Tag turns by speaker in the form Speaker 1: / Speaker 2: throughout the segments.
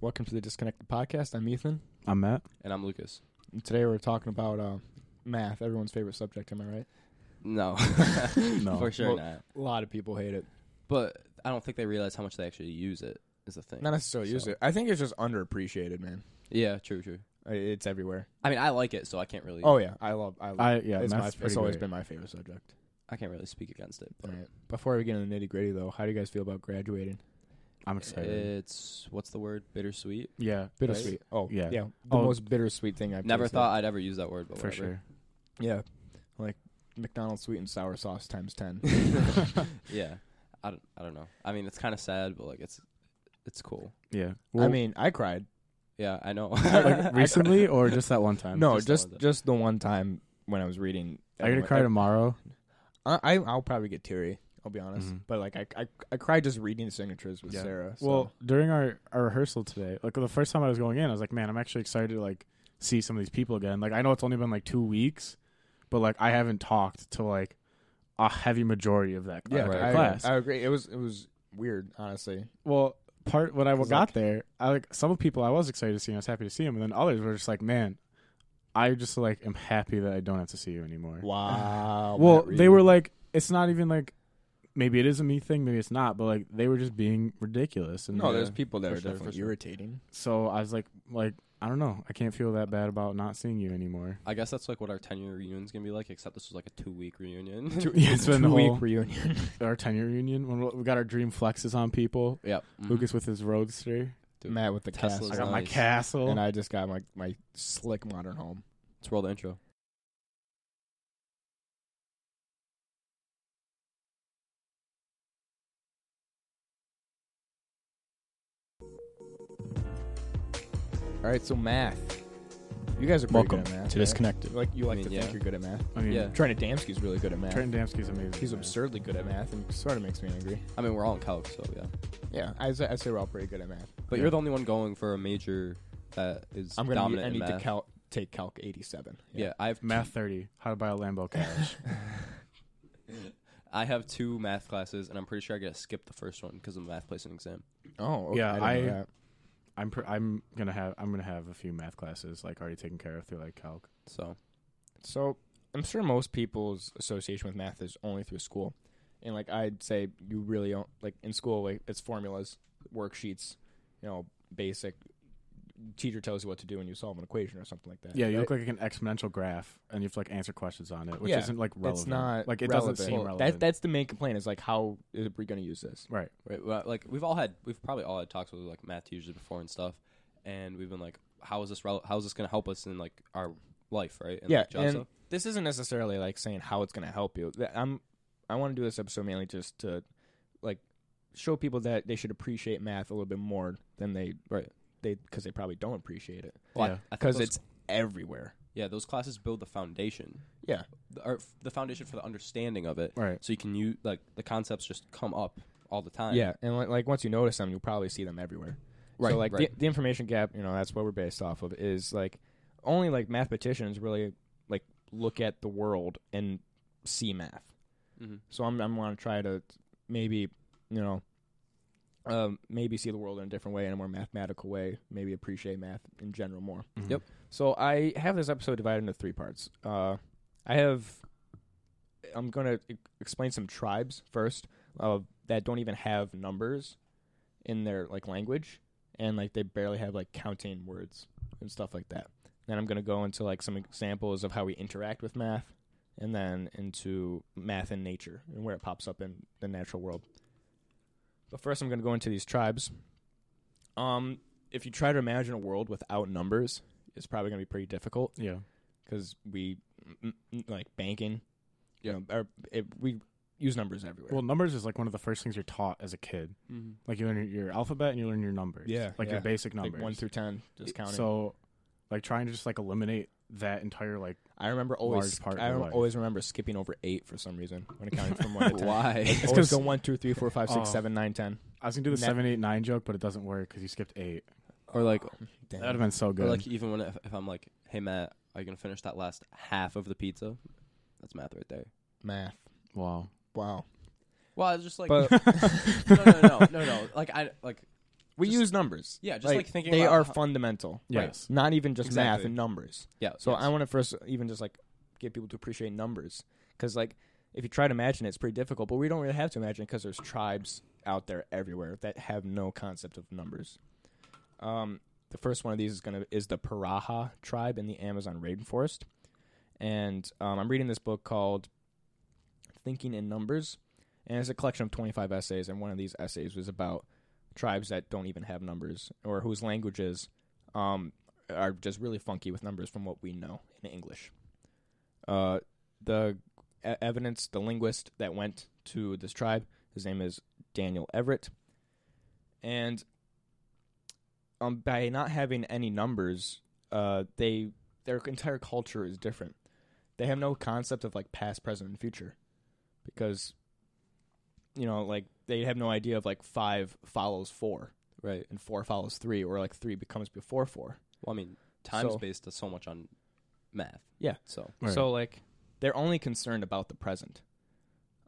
Speaker 1: Welcome to the Disconnected Podcast. I'm Ethan.
Speaker 2: I'm Matt.
Speaker 3: And I'm Lucas.
Speaker 1: And today we're talking about uh, math, everyone's favorite subject. Am I right?
Speaker 3: No,
Speaker 2: No.
Speaker 3: for
Speaker 1: Well-
Speaker 3: sure not.
Speaker 1: A lot of people hate it.
Speaker 3: But I don't think they realize how much they actually use it. Is the thing.
Speaker 1: Not necessarily use
Speaker 3: So-
Speaker 1: it. I think it's just underappreciated, man.
Speaker 3: Yeah, true, true.
Speaker 1: I- It's everywhere.
Speaker 3: I mean, I like it, so I can't really.
Speaker 1: Oh yeah, I love. I love.
Speaker 2: I yeah,
Speaker 1: it's my,
Speaker 2: math's
Speaker 1: it's
Speaker 2: pretty
Speaker 1: always
Speaker 2: great.
Speaker 1: been my favorite subject.
Speaker 3: I can't really speak against it.
Speaker 1: All
Speaker 3: But
Speaker 1: right. Before we get into the nitty gritty, though, how do you guys feel about graduating?
Speaker 2: I'm excited.
Speaker 3: It's what's the word? Bittersweet.
Speaker 2: yeah,
Speaker 1: Bittersweet. Oh
Speaker 2: Yeah.
Speaker 1: yeah. The
Speaker 2: Oh.
Speaker 1: most bittersweet thing I've
Speaker 3: Never
Speaker 1: tasted.
Speaker 3: thought I'd ever use that word, but
Speaker 2: for
Speaker 3: whatever.
Speaker 2: sure.
Speaker 1: Yeah, like McDonald's sweet and sour sauce times ten.
Speaker 3: Yeah, I don't. I don't know. I mean, it's kind of sad, but like it's, it's cool.
Speaker 2: Yeah.
Speaker 1: I mean, I cried.
Speaker 3: Yeah, I know.
Speaker 2: like recently or just that one time?
Speaker 1: no,
Speaker 3: just the
Speaker 1: just
Speaker 3: one that-
Speaker 1: just the one time when I was reading.
Speaker 2: Are you gonna
Speaker 1: everyone-
Speaker 2: cry tomorrow?
Speaker 1: Uh, I, I I'll probably get teary. I'll be honest,
Speaker 2: Mhm.
Speaker 1: but like I, I I cried just reading the signatures with
Speaker 2: Yeah.
Speaker 1: Sarah. So.
Speaker 2: Well, during our, our rehearsal today, like the first time I was going in, I was like, man, I'm actually excited to like see some of these people again. Like I know it's only been like two weeks, but like I haven't talked to like a heavy majority of that
Speaker 1: yeah,
Speaker 2: of that
Speaker 1: I,
Speaker 2: class.
Speaker 1: I agree. It was it was weird, honestly.
Speaker 2: well, part when I
Speaker 1: 'Cause,
Speaker 2: got
Speaker 1: like-
Speaker 2: there, I like some of people I was excited to see, and I was happy to see them, and then others were just like, man, I just like am happy that I don't have to see you anymore.
Speaker 1: Wow.
Speaker 2: well,
Speaker 1: Matt
Speaker 2: they
Speaker 1: Reed.
Speaker 2: were like, it's not even like. Maybe it is a me thing, maybe it's not, but like they were just being ridiculous. And
Speaker 1: no.
Speaker 2: like,
Speaker 1: There's
Speaker 3: Yeah,
Speaker 1: people that
Speaker 3: for
Speaker 1: are
Speaker 3: sure, for
Speaker 1: definitely
Speaker 3: sure.
Speaker 1: irritating.
Speaker 2: so I was like, like I don't know, I can't feel that bad about not seeing you anymore.
Speaker 3: I guess that's like what our ten year reunion's gonna be like, except this was like a two week reunion.
Speaker 2: yeah, it's been the
Speaker 1: Two week
Speaker 2: whole
Speaker 1: reunion.
Speaker 2: our tenure reunion when we- we got our dream flexes on people.
Speaker 3: yep.
Speaker 1: Mm-hmm.
Speaker 2: Lucas with his roadster.
Speaker 3: Dude,
Speaker 1: Matt with the
Speaker 3: Tesla's
Speaker 1: castle,
Speaker 2: I got my
Speaker 3: Nice.
Speaker 2: castle.
Speaker 1: and I just got my my slick modern home.
Speaker 3: let's roll mm-hmm. the intro.
Speaker 1: All right, so math. You guys are pretty
Speaker 2: Welcome
Speaker 1: good at math.
Speaker 2: to
Speaker 1: right?
Speaker 2: Disconnected.
Speaker 1: Like you like
Speaker 3: mean,
Speaker 1: to
Speaker 3: yeah.
Speaker 1: think you're good at math.
Speaker 2: I mean,
Speaker 3: Yeah.
Speaker 1: Trent Adamski's really good at math.
Speaker 2: Trenton Damsky's amazing.
Speaker 1: He's
Speaker 2: man.
Speaker 1: absurdly good at math, and sort of makes me angry.
Speaker 3: I mean, we're all in calc, so yeah.
Speaker 1: Yeah, I say, I say we're all pretty good at math.
Speaker 3: But
Speaker 2: Yeah.
Speaker 3: you're the only one going for a major that is
Speaker 1: I'm gonna need,
Speaker 3: dominant
Speaker 1: I need
Speaker 3: in
Speaker 1: to
Speaker 3: math.
Speaker 1: cal- take calc 87.
Speaker 3: yeah. I have
Speaker 2: Math thirty. How to buy a Lambo cash.
Speaker 3: I have two math classes, and I'm pretty sure I gotta skip the first one because of the math placement exam.
Speaker 1: Oh, okay.
Speaker 2: Yeah,
Speaker 1: I, didn't know
Speaker 2: I-
Speaker 1: that.
Speaker 2: I'm pr- I'm gonna have I'm gonna have a few math classes like already taken care of through like calc.
Speaker 3: So
Speaker 1: so I'm sure most people's association with math is only through school, and like I'd say you really don't like in school like it's formulas, worksheets, you know, basic. Teacher tells you what to do when you solve an equation or something like that.
Speaker 2: Yeah, you
Speaker 1: right?
Speaker 2: look like an exponential graph, and you have to like answer questions on it, which
Speaker 1: Yeah.
Speaker 2: isn't like relevant.
Speaker 1: It's not
Speaker 2: like it
Speaker 1: relevant.
Speaker 2: doesn't seem
Speaker 1: Well,
Speaker 2: relevant.
Speaker 1: That, that's the main complaint is like how are we going to use this?
Speaker 2: right.
Speaker 3: right, well, like we've all had, we've probably all had talks with like math teachers before and stuff, and we've been like, how is this rel- how is this gonna help us in like our life, right? And,
Speaker 1: yeah,
Speaker 3: like, job
Speaker 1: and
Speaker 3: stuff?
Speaker 1: this isn't necessarily like saying how it's going to help you. Th- I'm I want to do this episode mainly just to like show people that they should appreciate math a little bit more than they
Speaker 3: Right.
Speaker 1: they because they probably don't appreciate it
Speaker 3: Well, I-
Speaker 2: Yeah.
Speaker 3: I think
Speaker 1: because
Speaker 3: those-
Speaker 1: it's everywhere.
Speaker 3: yeah, those classes build the foundation,
Speaker 1: Yeah,
Speaker 3: the, or f- the foundation for the understanding of it,
Speaker 2: Right.
Speaker 3: so you can use like the concepts just come up all the time.
Speaker 1: yeah, and like, like once you notice them, you'll probably see them everywhere.
Speaker 3: Right,
Speaker 1: So like
Speaker 3: right.
Speaker 1: the, the information gap, you know, that's what we're based off of. Is like only like mathematicians really like look at the world and see math.
Speaker 3: hmm
Speaker 1: So I'm I'm going to try to maybe you know um, maybe see the world in a different way, in a more mathematical way. Maybe appreciate math in general more.
Speaker 2: Mhm.
Speaker 3: Yep.
Speaker 1: So I have this episode divided into three parts. Uh, I have I'm going to explain some tribes first uh, that don't even have numbers in their like language, and like they barely have like counting words and stuff like that. Then I'm going to go into like some examples of how we interact with math, and then into math and nature and where it pops up in the natural world. But first, I'm going to go into these tribes. Um, if you try to imagine a world without numbers, it's probably going to be pretty difficult
Speaker 2: Yeah.
Speaker 1: because we mm, mm, like banking, you
Speaker 3: Yeah.
Speaker 1: know, or it, we use numbers everywhere.
Speaker 2: Well, numbers is like one of the first things you're taught as a kid.
Speaker 3: hmm
Speaker 2: Like you learn your, your alphabet and you learn your numbers.
Speaker 1: Yeah,
Speaker 2: Like
Speaker 1: yeah.
Speaker 2: your basic
Speaker 1: like
Speaker 2: numbers.
Speaker 1: one through ten, just counting.
Speaker 2: So, like trying to just like eliminate that entire like
Speaker 1: I remember always.
Speaker 2: large part
Speaker 1: I
Speaker 2: of
Speaker 1: rem-
Speaker 2: life.
Speaker 1: always remember skipping over eight for some reason when counting from one to ten.
Speaker 3: Why?
Speaker 1: Like,
Speaker 2: It's
Speaker 1: always
Speaker 2: 'cause-
Speaker 1: go one, two, three, four, five, six,
Speaker 2: Oh.
Speaker 1: seven, nine, ten.
Speaker 2: I was gonna do the
Speaker 1: Ne-
Speaker 2: seven eight nine joke, but it doesn't work because you skipped eight.
Speaker 3: or like
Speaker 1: Oh, Damn.
Speaker 2: That would have been so
Speaker 3: Or
Speaker 2: good.
Speaker 3: like even when if, if I'm like, hey Matt, are you gonna finish that last half of the pizza? That's math right there.
Speaker 1: math.
Speaker 2: wow.
Speaker 1: Wow.
Speaker 3: Well, I was just like,
Speaker 1: But-
Speaker 3: no, no, no, no, no. Like I like
Speaker 1: We
Speaker 3: Just-
Speaker 1: use numbers.
Speaker 3: yeah, just, like, thinking
Speaker 1: they
Speaker 3: about
Speaker 1: are
Speaker 3: how-
Speaker 1: fundamental.
Speaker 2: Yes.
Speaker 1: Right. Not even just math
Speaker 3: Exactly.
Speaker 1: and numbers.
Speaker 3: Yeah.
Speaker 1: So
Speaker 3: yes.
Speaker 1: I want to first even just like get people to appreciate numbers because like if you try to imagine it, it's pretty difficult. But we don't really have to imagine because there's tribes out there everywhere that have no concept of numbers. Um, the first one of these is gonna is the Paraha tribe in the Amazon rainforest, and um, I'm reading this book called Thinking in Numbers, and it's a collection of 25 essays. And one of these essays was about tribes that don't even have numbers or whose languages um, are just really funky with numbers from what we know in English. Uh, the e- evidence, the linguist that went to this tribe, his name is Daniel Everett, and um, by not having any numbers, uh, they their entire culture is different. They have no concept of like past, present, and future, because you know, like they have no idea of like five follows four
Speaker 3: right.
Speaker 1: and four follows three, or like three becomes before four.
Speaker 3: Well, I mean, time's
Speaker 1: So-
Speaker 3: based so much on math.
Speaker 1: Yeah.
Speaker 3: So
Speaker 2: Right.
Speaker 1: So like they're only concerned about the present.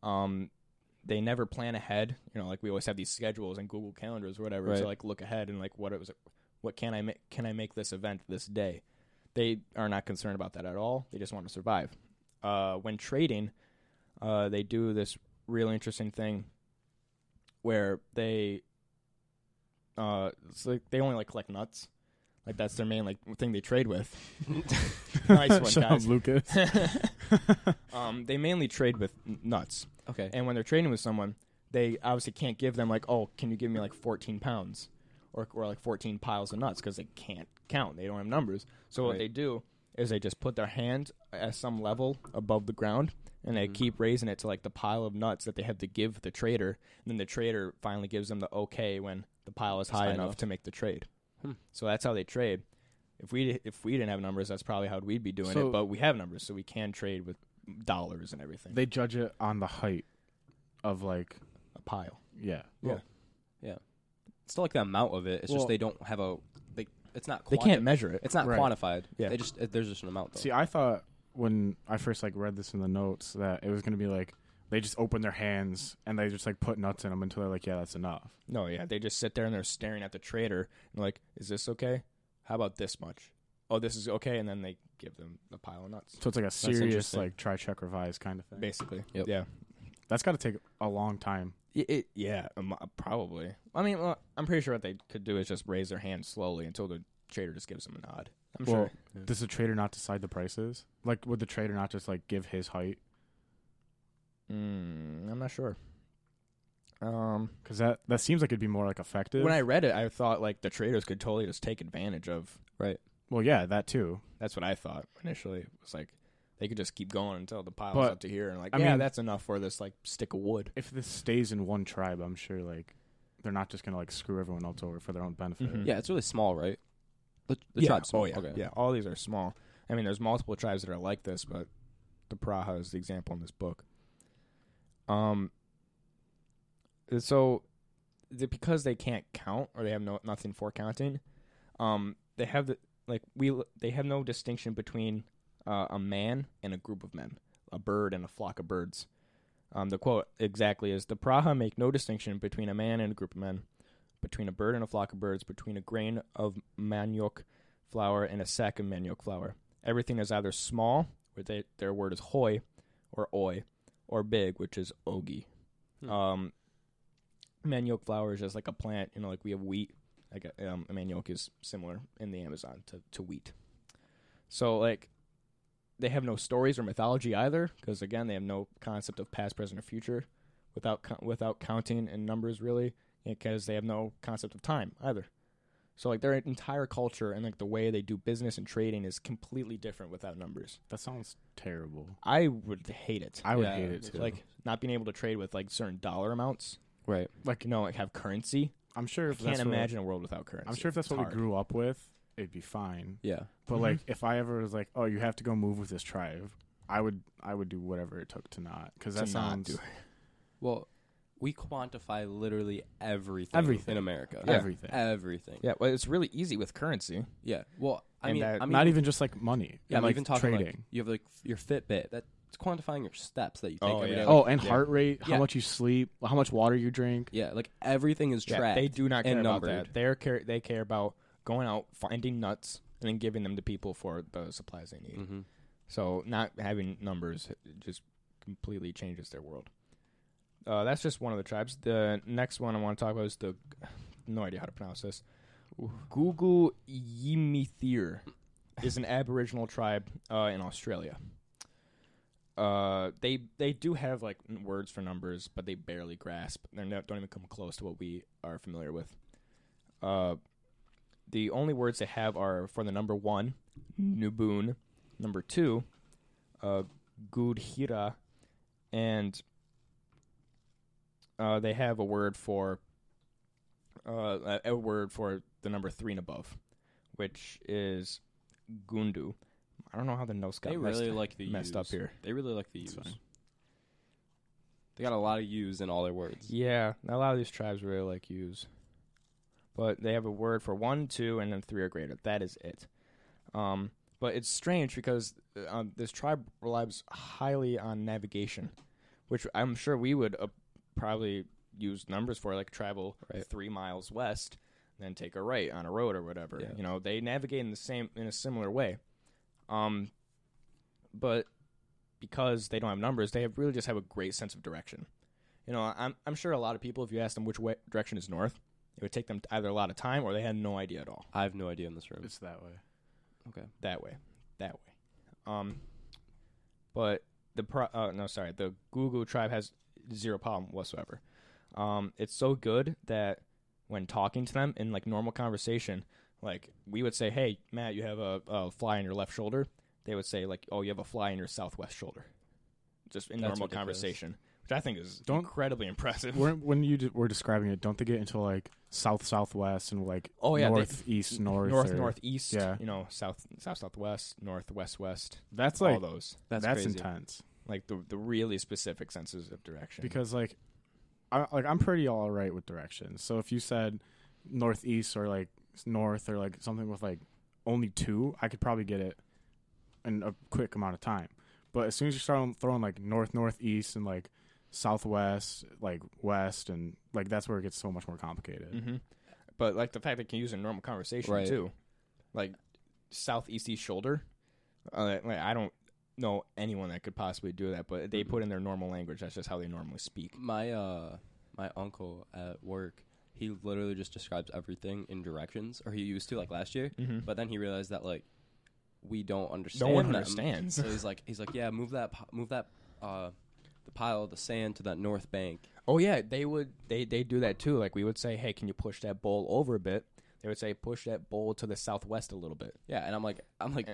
Speaker 1: Um they never plan ahead, you know, like we always have these schedules and Google calendars or whatever to
Speaker 3: Right.
Speaker 1: like look ahead and like what it was what can I make can I make this event this day? They are not concerned about that at all. They just want to survive. Uh when trading, uh they do this really interesting thing where they uh it's like they only like collect nuts. Like that's their main like thing they trade with. nice one,
Speaker 2: Shut
Speaker 1: guys.
Speaker 2: up, Lucas.
Speaker 1: um, they mainly trade with n- nuts,
Speaker 3: okay.
Speaker 1: and when they're trading with someone, they obviously can't give them like, oh, can you give me like 14 pounds, or or like 14 piles of nuts because they can't count. They don't have numbers. So what
Speaker 3: Right.
Speaker 1: they do is they just put their hand at some level above the ground, and
Speaker 3: Mm-hmm.
Speaker 1: they keep raising it to like the pile of nuts that they have to give the trader, and then the trader finally gives them the okay when the pile is high,
Speaker 3: high
Speaker 1: enough,
Speaker 3: enough.
Speaker 1: to make the trade.
Speaker 3: Hmm.
Speaker 1: So that's how they trade. If we if we didn't have numbers, that's probably how we'd be doing
Speaker 2: So-
Speaker 1: it. But we have numbers, so we can trade with dollars and everything.
Speaker 2: they judge it on the height of like
Speaker 1: a pile.
Speaker 2: yeah.
Speaker 3: It's still like the amount of it. It's
Speaker 2: Well-
Speaker 3: just they don't have a. They, it's not.
Speaker 1: They
Speaker 3: quanti-
Speaker 1: can't measure it.
Speaker 3: It's not
Speaker 2: Right.
Speaker 3: quantified.
Speaker 1: Yeah.
Speaker 3: They just it, there's just an amount. Though.
Speaker 2: See, I thought when I first like read this in the notes that it was gonna be like they just open their hands and they just like put nuts in them until they're like, yeah, that's enough.
Speaker 1: No, yeah, they just sit there and they're staring at the trader and like, is this okay? How about this much? Oh, this is okay, and then they give them a pile of nuts,
Speaker 2: So it's like a serious
Speaker 3: interesting.
Speaker 2: like try check revise kind of thing.
Speaker 1: basically.
Speaker 3: Yep.
Speaker 1: Yeah,
Speaker 2: That's got to take a long time.
Speaker 1: It, it- yeah, um, uh, probably. I mean, well, I'm pretty sure what they could do is just raise their hand slowly until the trader just gives them a nod. I'm
Speaker 2: well,
Speaker 1: sure.
Speaker 3: Yeah.
Speaker 2: does the trader not decide the prices? Like, would the trader not just like give his height?
Speaker 1: Mm, I'm not sure. Um,
Speaker 2: Because that that seems like it'd be more like effective.
Speaker 1: when I read it, I thought like the traders could totally just take advantage of.
Speaker 2: well, yeah, that too.
Speaker 1: That's what I thought initially. It was like they could just keep going until the pile's
Speaker 2: But,
Speaker 1: up to here, and like,
Speaker 2: I
Speaker 1: yeah,
Speaker 2: mean-
Speaker 1: that's enough for this like stick of wood.
Speaker 2: If this stays in one tribe, I'm sure like they're not just gonna like screw everyone else over for their own benefit.
Speaker 1: Mhm.
Speaker 3: yeah, it's really small, right? The, the
Speaker 1: yeah.
Speaker 3: tribe's small.
Speaker 1: Oh yeah,
Speaker 3: Okay.
Speaker 1: yeah. All these are small. I mean, there's multiple tribes that are like this, but the Praha is the example in this book. Um. So, the, because they can't count or they have no nothing for counting, um, they have the like we they have no distinction between uh, a man and a group of men, a bird and a flock of birds. Um, the quote exactly is: "The Praha make no distinction between a man and a group of men, between a bird and a flock of birds, between a grain of manioc flour and a sack of manioc flour. Everything is either small, where they, their word is hoi, or oi, or big, which is ogi.
Speaker 3: Hmm.
Speaker 1: Um, manioc flour is just like a plant, you know, like we have wheat. Like uh, um, manioc is similar in the Amazon to, to wheat. So like, they have no stories or mythology either, because again, they have no concept of past, present, or future, without co- without counting and numbers really, because they have no concept of time either. So like their entire culture and like the way they do business and trading is completely different without numbers.
Speaker 2: That sounds terrible.
Speaker 1: I would hate it.
Speaker 2: I would
Speaker 3: Yeah,
Speaker 2: hate it
Speaker 3: it's
Speaker 2: too.
Speaker 1: Like not being able to trade with like certain dollar amounts.
Speaker 3: Right.
Speaker 1: Like you know, like have currency.
Speaker 2: I'm sure
Speaker 1: I
Speaker 2: if
Speaker 1: can't
Speaker 2: that's
Speaker 1: imagine a world without currency.
Speaker 2: What, I'm sure if that's
Speaker 1: It's
Speaker 2: what
Speaker 1: hard.
Speaker 2: we grew up with, it'd be fine.
Speaker 3: Yeah.
Speaker 2: But
Speaker 1: Mhm.
Speaker 2: like, if I ever was like, "Oh, you have to go move with this tribe," I would, I would do whatever it took to not, because that
Speaker 1: To not
Speaker 2: sounds
Speaker 1: do
Speaker 3: Well, we quantify literally everything.
Speaker 2: Everything.
Speaker 3: in America.
Speaker 1: Yeah.
Speaker 2: everything.
Speaker 3: Everything. Yeah.
Speaker 1: Yeah, well, it's really easy with currency.
Speaker 3: Well,
Speaker 1: And
Speaker 3: I
Speaker 1: uh,
Speaker 3: mean,
Speaker 1: that-
Speaker 3: I mean,
Speaker 2: not even just like money. and,
Speaker 3: Yeah, I'm
Speaker 2: like
Speaker 3: even talking like
Speaker 2: trading.
Speaker 3: you have like your Fitbit that it's quantifying your steps that you take
Speaker 1: Oh,
Speaker 3: every day.
Speaker 1: yeah.
Speaker 3: Like,
Speaker 2: Oh, and
Speaker 1: Yeah.
Speaker 2: heart rate, how
Speaker 3: Yeah.
Speaker 2: much you sleep, how much water you drink.
Speaker 3: yeah, like everything is
Speaker 1: Yeah,
Speaker 3: tracked.
Speaker 1: they do not care
Speaker 3: and
Speaker 1: about
Speaker 3: numbered.
Speaker 1: that. They care. They care about going out, finding nuts, and then giving them to people for the supplies they need.
Speaker 3: hmm
Speaker 1: So not having numbers just completely changes their world. Uh, that's just one of the tribes. The next one I want to talk about is the no idea how to pronounce this. Google Yimithir is an Aboriginal tribe uh, in Australia. Uh, they they do have like n- words for numbers, but they barely grasp. They no, don't even come close to what we are familiar with. Uh, the only words they have are for the number one, Nuboon, number two, uh, Gudhira, and uh, they have a word for uh, a- a word for the number three and above, which is Gundu. I don't know how the notes got
Speaker 3: They
Speaker 1: messed,
Speaker 3: really like the
Speaker 1: messed up
Speaker 3: Us.
Speaker 1: here.
Speaker 3: They really like the
Speaker 2: It's
Speaker 3: U's.
Speaker 2: fine.
Speaker 3: They got a lot of U's in all their words.
Speaker 1: Yeah, a lot of these tribes really like use, but they have a word for one, two, and then three or greater. That is it. Um, but it's strange because uh, um, this tribe relies highly on navigation, which I'm sure we would uh, probably use numbers for, like travel
Speaker 3: Right.
Speaker 1: three miles west, then take a right on a road or whatever.
Speaker 3: Yeah.
Speaker 1: You know, they navigate in the same in a similar way. Um, but because they don't have numbers, they have really just have a great sense of direction. You know, I'm I'm sure a lot of people, if you asked them which way direction is north, it would take them either a lot of time or they had no idea at all.
Speaker 3: I have no idea in this room.
Speaker 2: It's that way.
Speaker 3: okay.
Speaker 1: That way, that way. Um, but the pro- uh, no, sorry, the Google tribe has zero problem whatsoever. Um, it's so good that when talking to them in like normal conversation, like we would say, "Hey, Matt, you have a, a fly on your left shoulder." They would say, "Like, oh, you have a fly in your southwest shoulder," just in
Speaker 3: That's
Speaker 1: normal
Speaker 3: ridiculous.
Speaker 1: conversation, which I think is
Speaker 2: Don't-
Speaker 1: incredibly impressive.
Speaker 2: Weren't- when you d- were describing it, don't they get into like south southwest and like
Speaker 1: Oh, yeah, they-
Speaker 2: north east north
Speaker 1: north
Speaker 2: or-
Speaker 1: northeast,
Speaker 2: yeah.
Speaker 1: you know, south south southwest, north west west,
Speaker 2: That's
Speaker 1: all
Speaker 2: like
Speaker 1: those
Speaker 2: that's,
Speaker 3: crazy.
Speaker 2: intense
Speaker 1: like the the really specific senses of direction.
Speaker 2: because like I like I'm pretty all right with directions. So if you said northeast or like s- north or like something with like only two, I could probably get it in a quick amount of time. But as soon as you start on- throwing like north northeast and like southwest, like west and like that's where it gets so much more complicated.
Speaker 1: hmm But like the fact that you can use it in normal conversation
Speaker 3: Right.
Speaker 1: too, like southeast east shoulder. Uh, like I don't know anyone that could possibly do that, but they put in their normal language. That's just how they normally speak.
Speaker 3: My uh my uncle at work, he literally just describes everything in directions, or he used to like last year.
Speaker 1: Mm-hmm.
Speaker 3: But then he realized that like we don't
Speaker 1: No
Speaker 3: understand.
Speaker 1: one
Speaker 3: them.
Speaker 1: understands.
Speaker 3: So he's like he's like yeah, move that pi- move that uh the pile of the sand to that north bank.
Speaker 1: Oh yeah, they would. They they do that too. Like we would say, hey, can you push that bowl over a bit? They would say, push that bowl to the southwest a little bit.
Speaker 3: Yeah, and I'm like I'm like.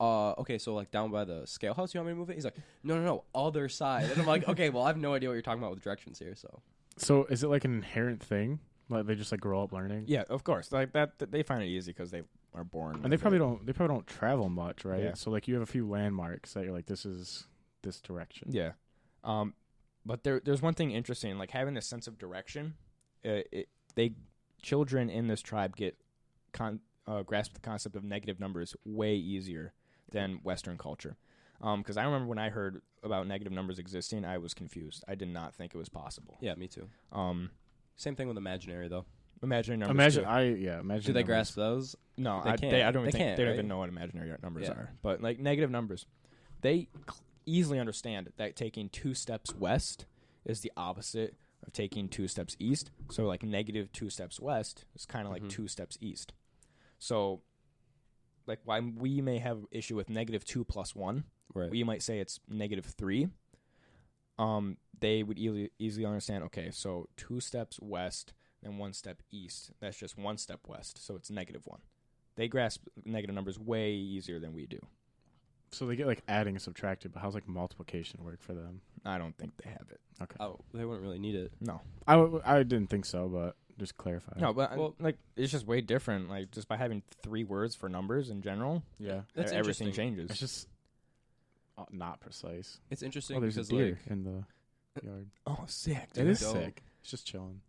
Speaker 3: Uh, okay, so like down by the scale house, you want me to move it? He's like, no, no, no, other side. And I'm like, okay, well, I have no idea what you're talking about with directions here. So
Speaker 2: So is it like an inherent thing? Like they just like grow up learning?
Speaker 1: Yeah, of course. Like that, th- they find it easy because they are born.
Speaker 2: And they probably don't they probably don't travel much, right?
Speaker 1: Yeah.
Speaker 2: So like you have a few landmarks that you're like this is this direction.
Speaker 1: Yeah, um, but there, there's one thing interesting. Like having a sense of direction, uh, it, they children in this tribe get con- uh, grasp the concept of negative numbers way easier than Western culture. Because I remember when I heard about negative numbers existing, I was confused. I did not think it was possible.
Speaker 3: yeah, me too.
Speaker 1: Um,
Speaker 3: Same thing with imaginary though.
Speaker 1: imaginary numbers.
Speaker 2: Imagine
Speaker 1: too.
Speaker 2: I yeah, imagine
Speaker 3: Do they
Speaker 2: numbers.
Speaker 3: grasp those?
Speaker 1: No,
Speaker 3: They
Speaker 1: I,
Speaker 3: can't.
Speaker 1: They, I don't
Speaker 3: They
Speaker 1: even think
Speaker 3: can't,
Speaker 1: they don't
Speaker 3: right?
Speaker 1: even know what imaginary numbers
Speaker 3: Yeah.
Speaker 1: are. But like negative numbers, they cl- easily understand that taking two steps west is the opposite of taking two steps east. So like negative two steps west is kind of like
Speaker 3: Mhm.
Speaker 1: two steps east. So like why we may have issue with negative two plus one,
Speaker 3: Right.
Speaker 1: we might say it's negative three. Um, they would easily easily understand. Okay, so two steps west, then one step east. That's just one step west, so it's negative one. They grasp negative numbers way easier than we do.
Speaker 2: So they get like adding and subtracting, but how's like multiplication work for them?
Speaker 1: I don't think they have it.
Speaker 2: Okay,
Speaker 3: Oh, they wouldn't really need it.
Speaker 1: No,
Speaker 2: I, w- I didn't think so, but just clarify.
Speaker 1: no, but uh,
Speaker 3: Well-
Speaker 1: like it's just way different. Like just by having three words for numbers in general,
Speaker 2: yeah,
Speaker 3: That's
Speaker 1: e- everything
Speaker 3: interesting.
Speaker 1: changes.
Speaker 2: it's just uh, not precise.
Speaker 3: It's interesting
Speaker 2: Oh, there's a
Speaker 3: because
Speaker 2: deer
Speaker 3: like,
Speaker 2: in the yard.
Speaker 1: oh, sick.
Speaker 2: It
Speaker 1: Dude.
Speaker 2: is
Speaker 3: dope.
Speaker 2: sick. It's just chilling.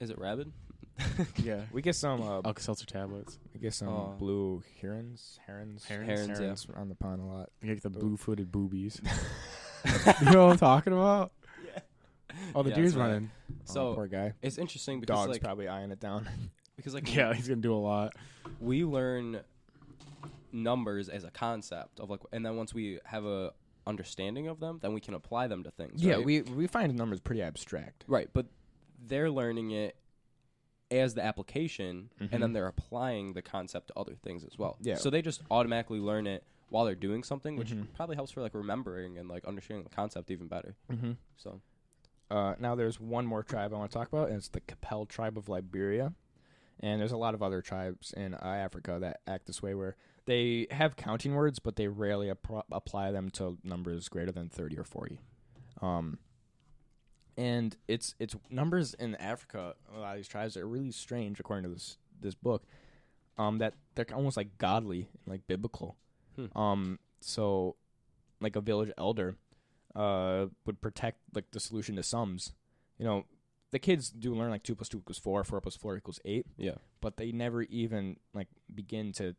Speaker 3: is it rabid?
Speaker 2: yeah.
Speaker 1: We get some. Uh,
Speaker 2: Alka Seltzer tablets.
Speaker 1: we get some
Speaker 3: Aw.
Speaker 1: blue herons, herons,
Speaker 2: Herons?
Speaker 3: uh, Herons, yeah.
Speaker 1: on the pond a lot.
Speaker 2: You get the
Speaker 1: Oh.
Speaker 2: blue footed boobies. you know what I'm talking about? Oh, the
Speaker 3: Yeah,
Speaker 2: deer's
Speaker 3: that's right.
Speaker 2: running.
Speaker 1: Oh,
Speaker 3: So-
Speaker 1: poor guy.
Speaker 3: It's interesting because
Speaker 1: Dog's
Speaker 3: like
Speaker 1: probably eyeing it down.
Speaker 3: because like
Speaker 2: Yeah, he's gonna do a lot.
Speaker 3: we learn numbers as a concept of like and then once we have a understanding of them then we can apply them to things
Speaker 1: Yeah,
Speaker 3: right?
Speaker 1: we we find numbers pretty abstract.
Speaker 3: right but they're learning it as the application and then they're applying the concept to other things as well
Speaker 1: Mm-hmm. Yeah. Mm-hmm.
Speaker 3: so they just automatically learn it while they're doing something which probably helps for like remembering and like understanding the concept even better
Speaker 1: Mhm.
Speaker 3: so
Speaker 1: Uh, now there's one more tribe I want to talk about, and it's the Capel tribe of Liberia. And there's a lot of other tribes in uh, Africa that act this way, where they have counting words, but they rarely appro- apply them to numbers greater than thirty or forty. Um, and it's it's numbers in Africa. A lot of these tribes are really strange, according to this this book. Um, that they're almost like godly, like biblical.
Speaker 3: Hmm.
Speaker 1: Um, so like a village elder, uh, would protect like the solution to sums. You know, the kids do learn like two plus two equals four, four plus four equals eight,
Speaker 3: yeah
Speaker 1: but they never even like begin to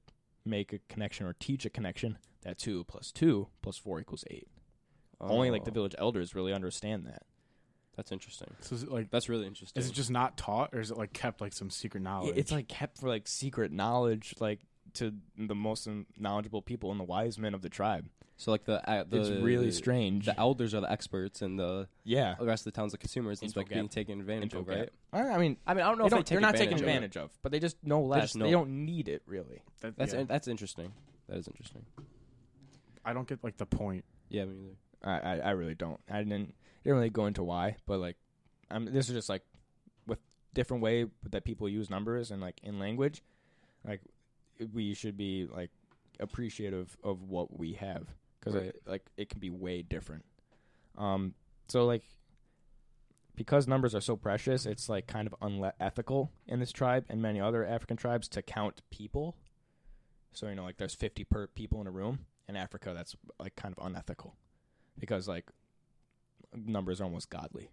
Speaker 1: make a connection or teach a connection that two plus two plus four equals eight. Only like the
Speaker 3: Oh,
Speaker 1: village elders really understand that.
Speaker 3: that's interesting
Speaker 2: So is it like,
Speaker 3: that's really interesting
Speaker 2: is it just not taught, or is it like kept like some secret
Speaker 1: Yeah,
Speaker 2: knowledge?
Speaker 1: It's like kept for like secret knowledge, like to the most knowledgeable people and the wise men of the tribe.
Speaker 3: so like the, uh, the
Speaker 1: it's really strange.
Speaker 3: the elders are the experts and the
Speaker 1: yeah.
Speaker 3: the rest of the town's the consumers and it's
Speaker 1: Info
Speaker 3: like being
Speaker 1: gap.
Speaker 3: taken advantage
Speaker 1: Info
Speaker 3: of,
Speaker 1: gap.
Speaker 3: right?
Speaker 1: I I mean,
Speaker 3: I mean, I don't know
Speaker 1: they don't,
Speaker 3: if they take
Speaker 1: they're not taking
Speaker 3: of it.
Speaker 1: advantage of, but they just know less.
Speaker 3: know.
Speaker 1: They don't need it really.
Speaker 2: That-
Speaker 3: That's
Speaker 2: yeah.
Speaker 3: in- that's interesting. That is interesting.
Speaker 2: I don't get like the point.
Speaker 3: Yeah, me either.
Speaker 1: I, I, I really don't. I didn't didn't really go into why, but like, I'm this is just like with different way that people use numbers and like in language, like we should be like appreciative of what we have because
Speaker 3: Right.
Speaker 1: like it can be way different. Um, so like because numbers are so precious, it's like kind of unethical in this tribe and many other African tribes to count people. So you know, like there's 50 per people in a room in Africa. That's like kind of unethical because like numbers are almost godly,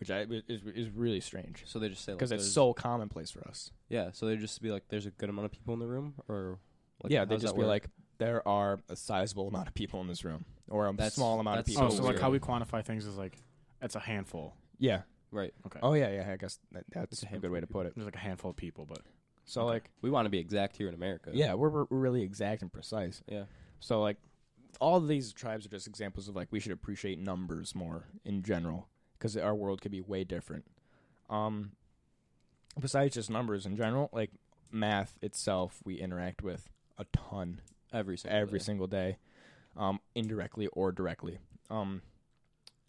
Speaker 1: which I is is really strange
Speaker 3: So they just say like,
Speaker 1: because it's
Speaker 3: there's-
Speaker 1: so commonplace for us.
Speaker 3: yeah. So they just be like, there's a good amount of people in the room, or like,
Speaker 1: yeah,
Speaker 3: how
Speaker 1: they
Speaker 3: does
Speaker 1: just
Speaker 3: that
Speaker 1: be
Speaker 3: work?
Speaker 1: like there are a sizable amount of people in this room or a
Speaker 3: That's-
Speaker 1: small amount of
Speaker 3: that's
Speaker 1: people.
Speaker 2: oh,
Speaker 1: in
Speaker 2: so
Speaker 1: this
Speaker 2: like
Speaker 1: room.
Speaker 2: how we quantify things is like, it's a handful.
Speaker 1: yeah.
Speaker 3: right.
Speaker 2: Okay.
Speaker 1: Oh yeah, yeah. I guess that,
Speaker 3: It's
Speaker 1: that's
Speaker 3: a
Speaker 1: a good way to
Speaker 3: handful
Speaker 1: put it.
Speaker 2: There's like a handful of people, but
Speaker 1: So
Speaker 2: Okay.
Speaker 1: like
Speaker 3: We want to be exact here in America.
Speaker 1: yeah, we're, we're we're really exact and precise.
Speaker 3: yeah.
Speaker 1: So like all of these tribes are just examples of like we should appreciate numbers more in general because our world could be way different. Um besides just numbers in general, like math itself we interact with a ton
Speaker 3: Every single
Speaker 1: every
Speaker 3: day.
Speaker 1: single day um indirectly or directly. Um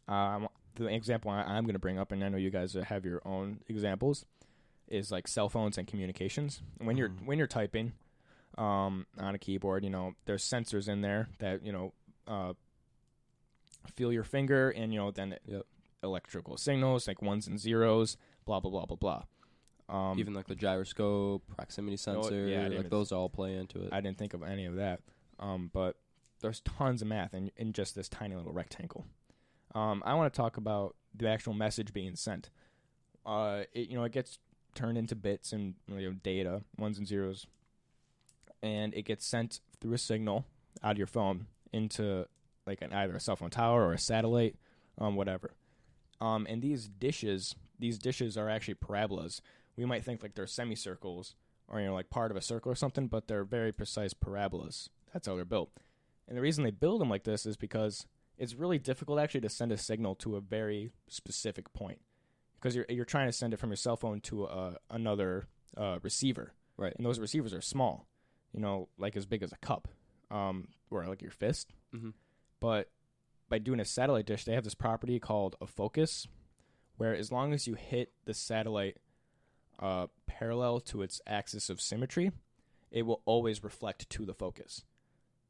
Speaker 1: um the example I, I'm going to bring up and I know you guys have your own examples is like cell phones and communications. When you're
Speaker 2: Mhm.
Speaker 1: when you're typing um, on a keyboard, you know, there's sensors in there that you know uh, feel your finger, and you know then
Speaker 3: Yep.
Speaker 1: electrical signals like ones and zeros, blah blah blah blah blah. Um,
Speaker 3: Even like the gyroscope, proximity
Speaker 1: No,
Speaker 3: sensor,
Speaker 1: Oh, yeah, I didn't
Speaker 3: like
Speaker 1: even-
Speaker 3: those all play into it.
Speaker 1: I didn't think of any of that. Um, but there's tons of math in, in just this tiny little rectangle. Um, I want to talk about the actual message being sent. Uh, it, you know, it gets turned into bits and you know, data, ones and zeros, and it gets sent through a signal out of your phone into like an either a cell phone tower or a satellite, um, whatever. Um, and these dishes, these dishes are actually parabolas. We might think like they're semicircles or you know like part of a circle or something, but they're very precise parabolas. That's how they're built. And the reason they build them like this is because it's really difficult actually to send a signal to a very specific point because you're you're trying to send it from your cell phone to a, another uh, receiver,
Speaker 3: Right.
Speaker 1: And those receivers are small, you know, like as big as a cup, um, or like your fist.
Speaker 3: Mhm.
Speaker 1: But by doing a satellite dish, they have this property called a focus, where as long as you hit the satellite uh, parallel to its axis of symmetry, it will always reflect to the focus.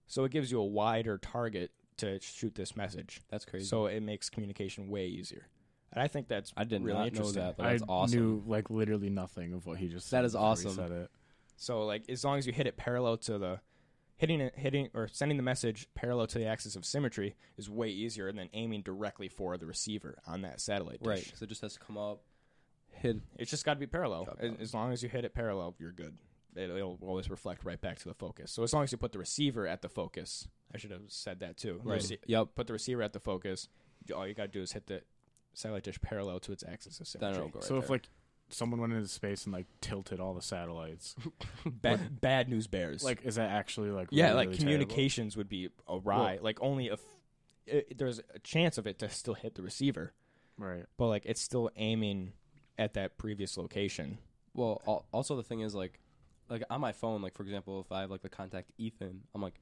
Speaker 1: So it gives you a wider target to shoot this message.
Speaker 3: that's crazy.
Speaker 1: So it makes communication way easier. And I think that's
Speaker 3: I did
Speaker 1: really
Speaker 3: not know
Speaker 1: interesting.
Speaker 3: that. But that's
Speaker 2: I
Speaker 3: awesome.
Speaker 2: knew like literally nothing of what he just said.
Speaker 3: That is
Speaker 2: before he
Speaker 3: awesome.
Speaker 2: Said it.
Speaker 1: So like as long as you hit it parallel to the hitting it hitting or sending the message parallel to the axis of symmetry is way easier than aiming directly for the receiver on that satellite dish.
Speaker 3: Right. So it just has to come up, hit.
Speaker 1: It's just got to be parallel.
Speaker 3: Got
Speaker 1: As, as long as you hit it parallel, you're good. It, it'll always reflect right back to the focus. So as long as you put the receiver at the focus, I should have said that too.
Speaker 3: Right.
Speaker 1: Rece-
Speaker 3: Yep.
Speaker 1: put the receiver at the focus. All you got to do is hit the satellite dish parallel to its axis of
Speaker 3: Then
Speaker 1: symmetry.
Speaker 3: it'll go right
Speaker 2: so if
Speaker 3: there.
Speaker 2: like someone went into space and like tilted all the satellites,
Speaker 1: Ba- bad news bears.
Speaker 2: like is that actually like
Speaker 1: yeah,
Speaker 2: really,
Speaker 1: like
Speaker 2: really terrible?
Speaker 1: communications would be awry. like only if it, there's a chance of it to still hit the receiver,
Speaker 2: right?
Speaker 1: but like it's still aiming at that previous location.
Speaker 3: Well, al- also the thing is like, like on my phone, like for example, if I have like the contact Ethan, I'm like,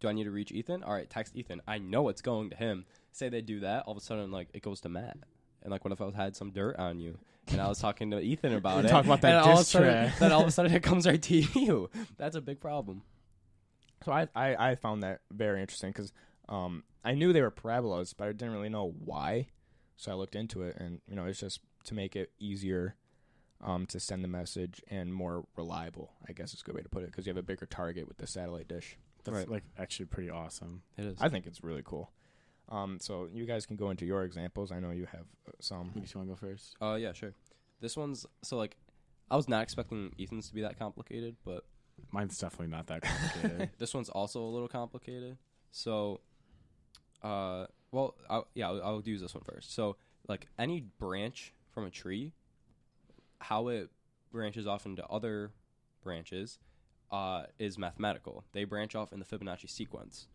Speaker 3: do I need to reach Ethan? All right, text Ethan. I know it's going to him. Say they do that, all of a sudden like it goes to Matt. And like, what if I had some dirt on you, and I was talking to Ethan about it?
Speaker 2: Talk about that
Speaker 3: and all of a
Speaker 2: diss
Speaker 3: sudden,
Speaker 2: track.
Speaker 3: then all of a sudden it comes right to you. That's a big problem.
Speaker 1: So I I, I found that very interesting because um, I knew they were parabolas, but I didn't really know why. So I looked into it, and you know, it's just to make it easier um, to send the message and more reliable. I guess is a good way to put it because you have a bigger target with the satellite dish.
Speaker 2: That's
Speaker 3: Right.
Speaker 2: like actually pretty awesome.
Speaker 3: It is.
Speaker 1: I think it's really cool. Um, so you guys can go into your examples. I know you have uh, some.
Speaker 2: You want to go first?
Speaker 3: Uh, yeah, sure. This one's so like, I was not expecting Ethan's to be that complicated, but
Speaker 2: Mine's definitely not that complicated.
Speaker 3: this one's also a little complicated. So, uh, well, i yeah, I'll, I'll use this one first. So, like any branch from a tree, how it branches off into other branches uh, is mathematical. They branch off in the Fibonacci sequence,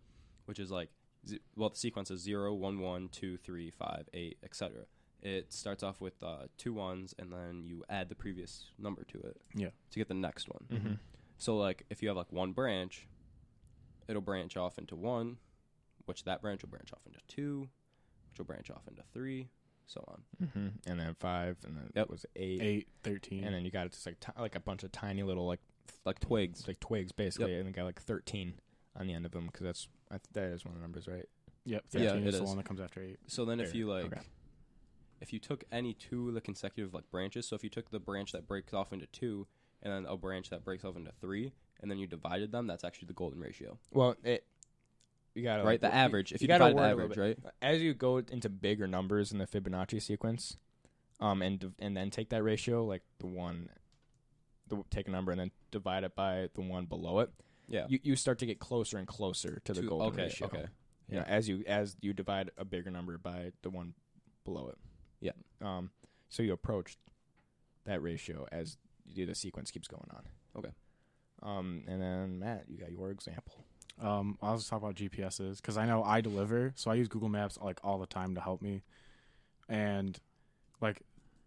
Speaker 3: which is like, z- well, the sequence is 0, 1, 1, 2, 3, 5, 8, etc. It starts off with uh, two ones, and then you add the previous number to it
Speaker 2: Yeah.
Speaker 3: to get the next one.
Speaker 1: Mm-hmm.
Speaker 3: So like if you have like one branch, it'll branch off into one, which that branch will branch off into two, which will branch off into three, so on.
Speaker 1: Mm-hmm. And then five, and then
Speaker 3: Yep.
Speaker 1: it was eight,
Speaker 2: Eight, thirteen.
Speaker 1: and then you got just like ti like a bunch of tiny little like
Speaker 3: Like twigs.
Speaker 1: like twigs basically, and it got like thirteen on the end of them because that's I th- that is one of the numbers, right?
Speaker 2: yep,
Speaker 3: Yeah,
Speaker 2: thirteen
Speaker 3: it
Speaker 2: is the
Speaker 3: is.
Speaker 2: one that comes after eight.
Speaker 3: So then if
Speaker 1: Fair.
Speaker 3: you like
Speaker 1: Okay.
Speaker 3: if you took any two of the consecutive like branches, so if you took the branch that breaks off into two and then a branch that breaks off into three and then you divided them, that's actually the golden ratio.
Speaker 1: Well, it Oh, you got
Speaker 3: right? The average. If you, divide the average, right?
Speaker 1: as you go into bigger numbers in the Fibonacci sequence, um, and div- and then take that ratio like the one, the take a number and then divide it by the one below it.
Speaker 3: Yeah.
Speaker 1: You you start to get closer and closer to the
Speaker 3: Two-
Speaker 1: golden
Speaker 3: okay,
Speaker 1: ratio.
Speaker 3: okay.
Speaker 1: You know, as you as you divide a bigger number by the one below it.
Speaker 3: Yeah.
Speaker 1: Um, so you approach that ratio as you, the sequence keeps going on.
Speaker 3: Okay.
Speaker 1: Um, and then Matt, you got your example.
Speaker 2: Um, I'll just talk about GPSs because I know I deliver, so I use Google Maps like all the time to help me, and like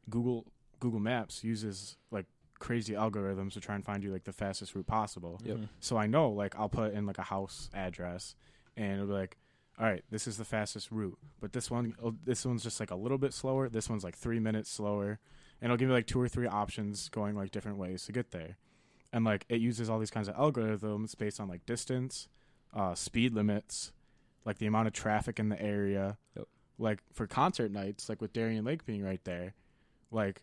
Speaker 2: Google Google Maps uses like crazy algorithms to try and find you like the fastest route possible.
Speaker 3: Yep.
Speaker 2: So I know like I'll put in like a house address, and it'll be like, all right, this is the fastest route, but this one oh, this one's just like a little bit slower. This one's like three minutes slower, and it'll give me like two or three options going like different ways to get there, and like it uses all these kinds of algorithms based on like distance, uh, speed limits, like the amount of traffic in the area.
Speaker 3: Yep.
Speaker 2: Like for concert nights, like with Darien Lake being right there, like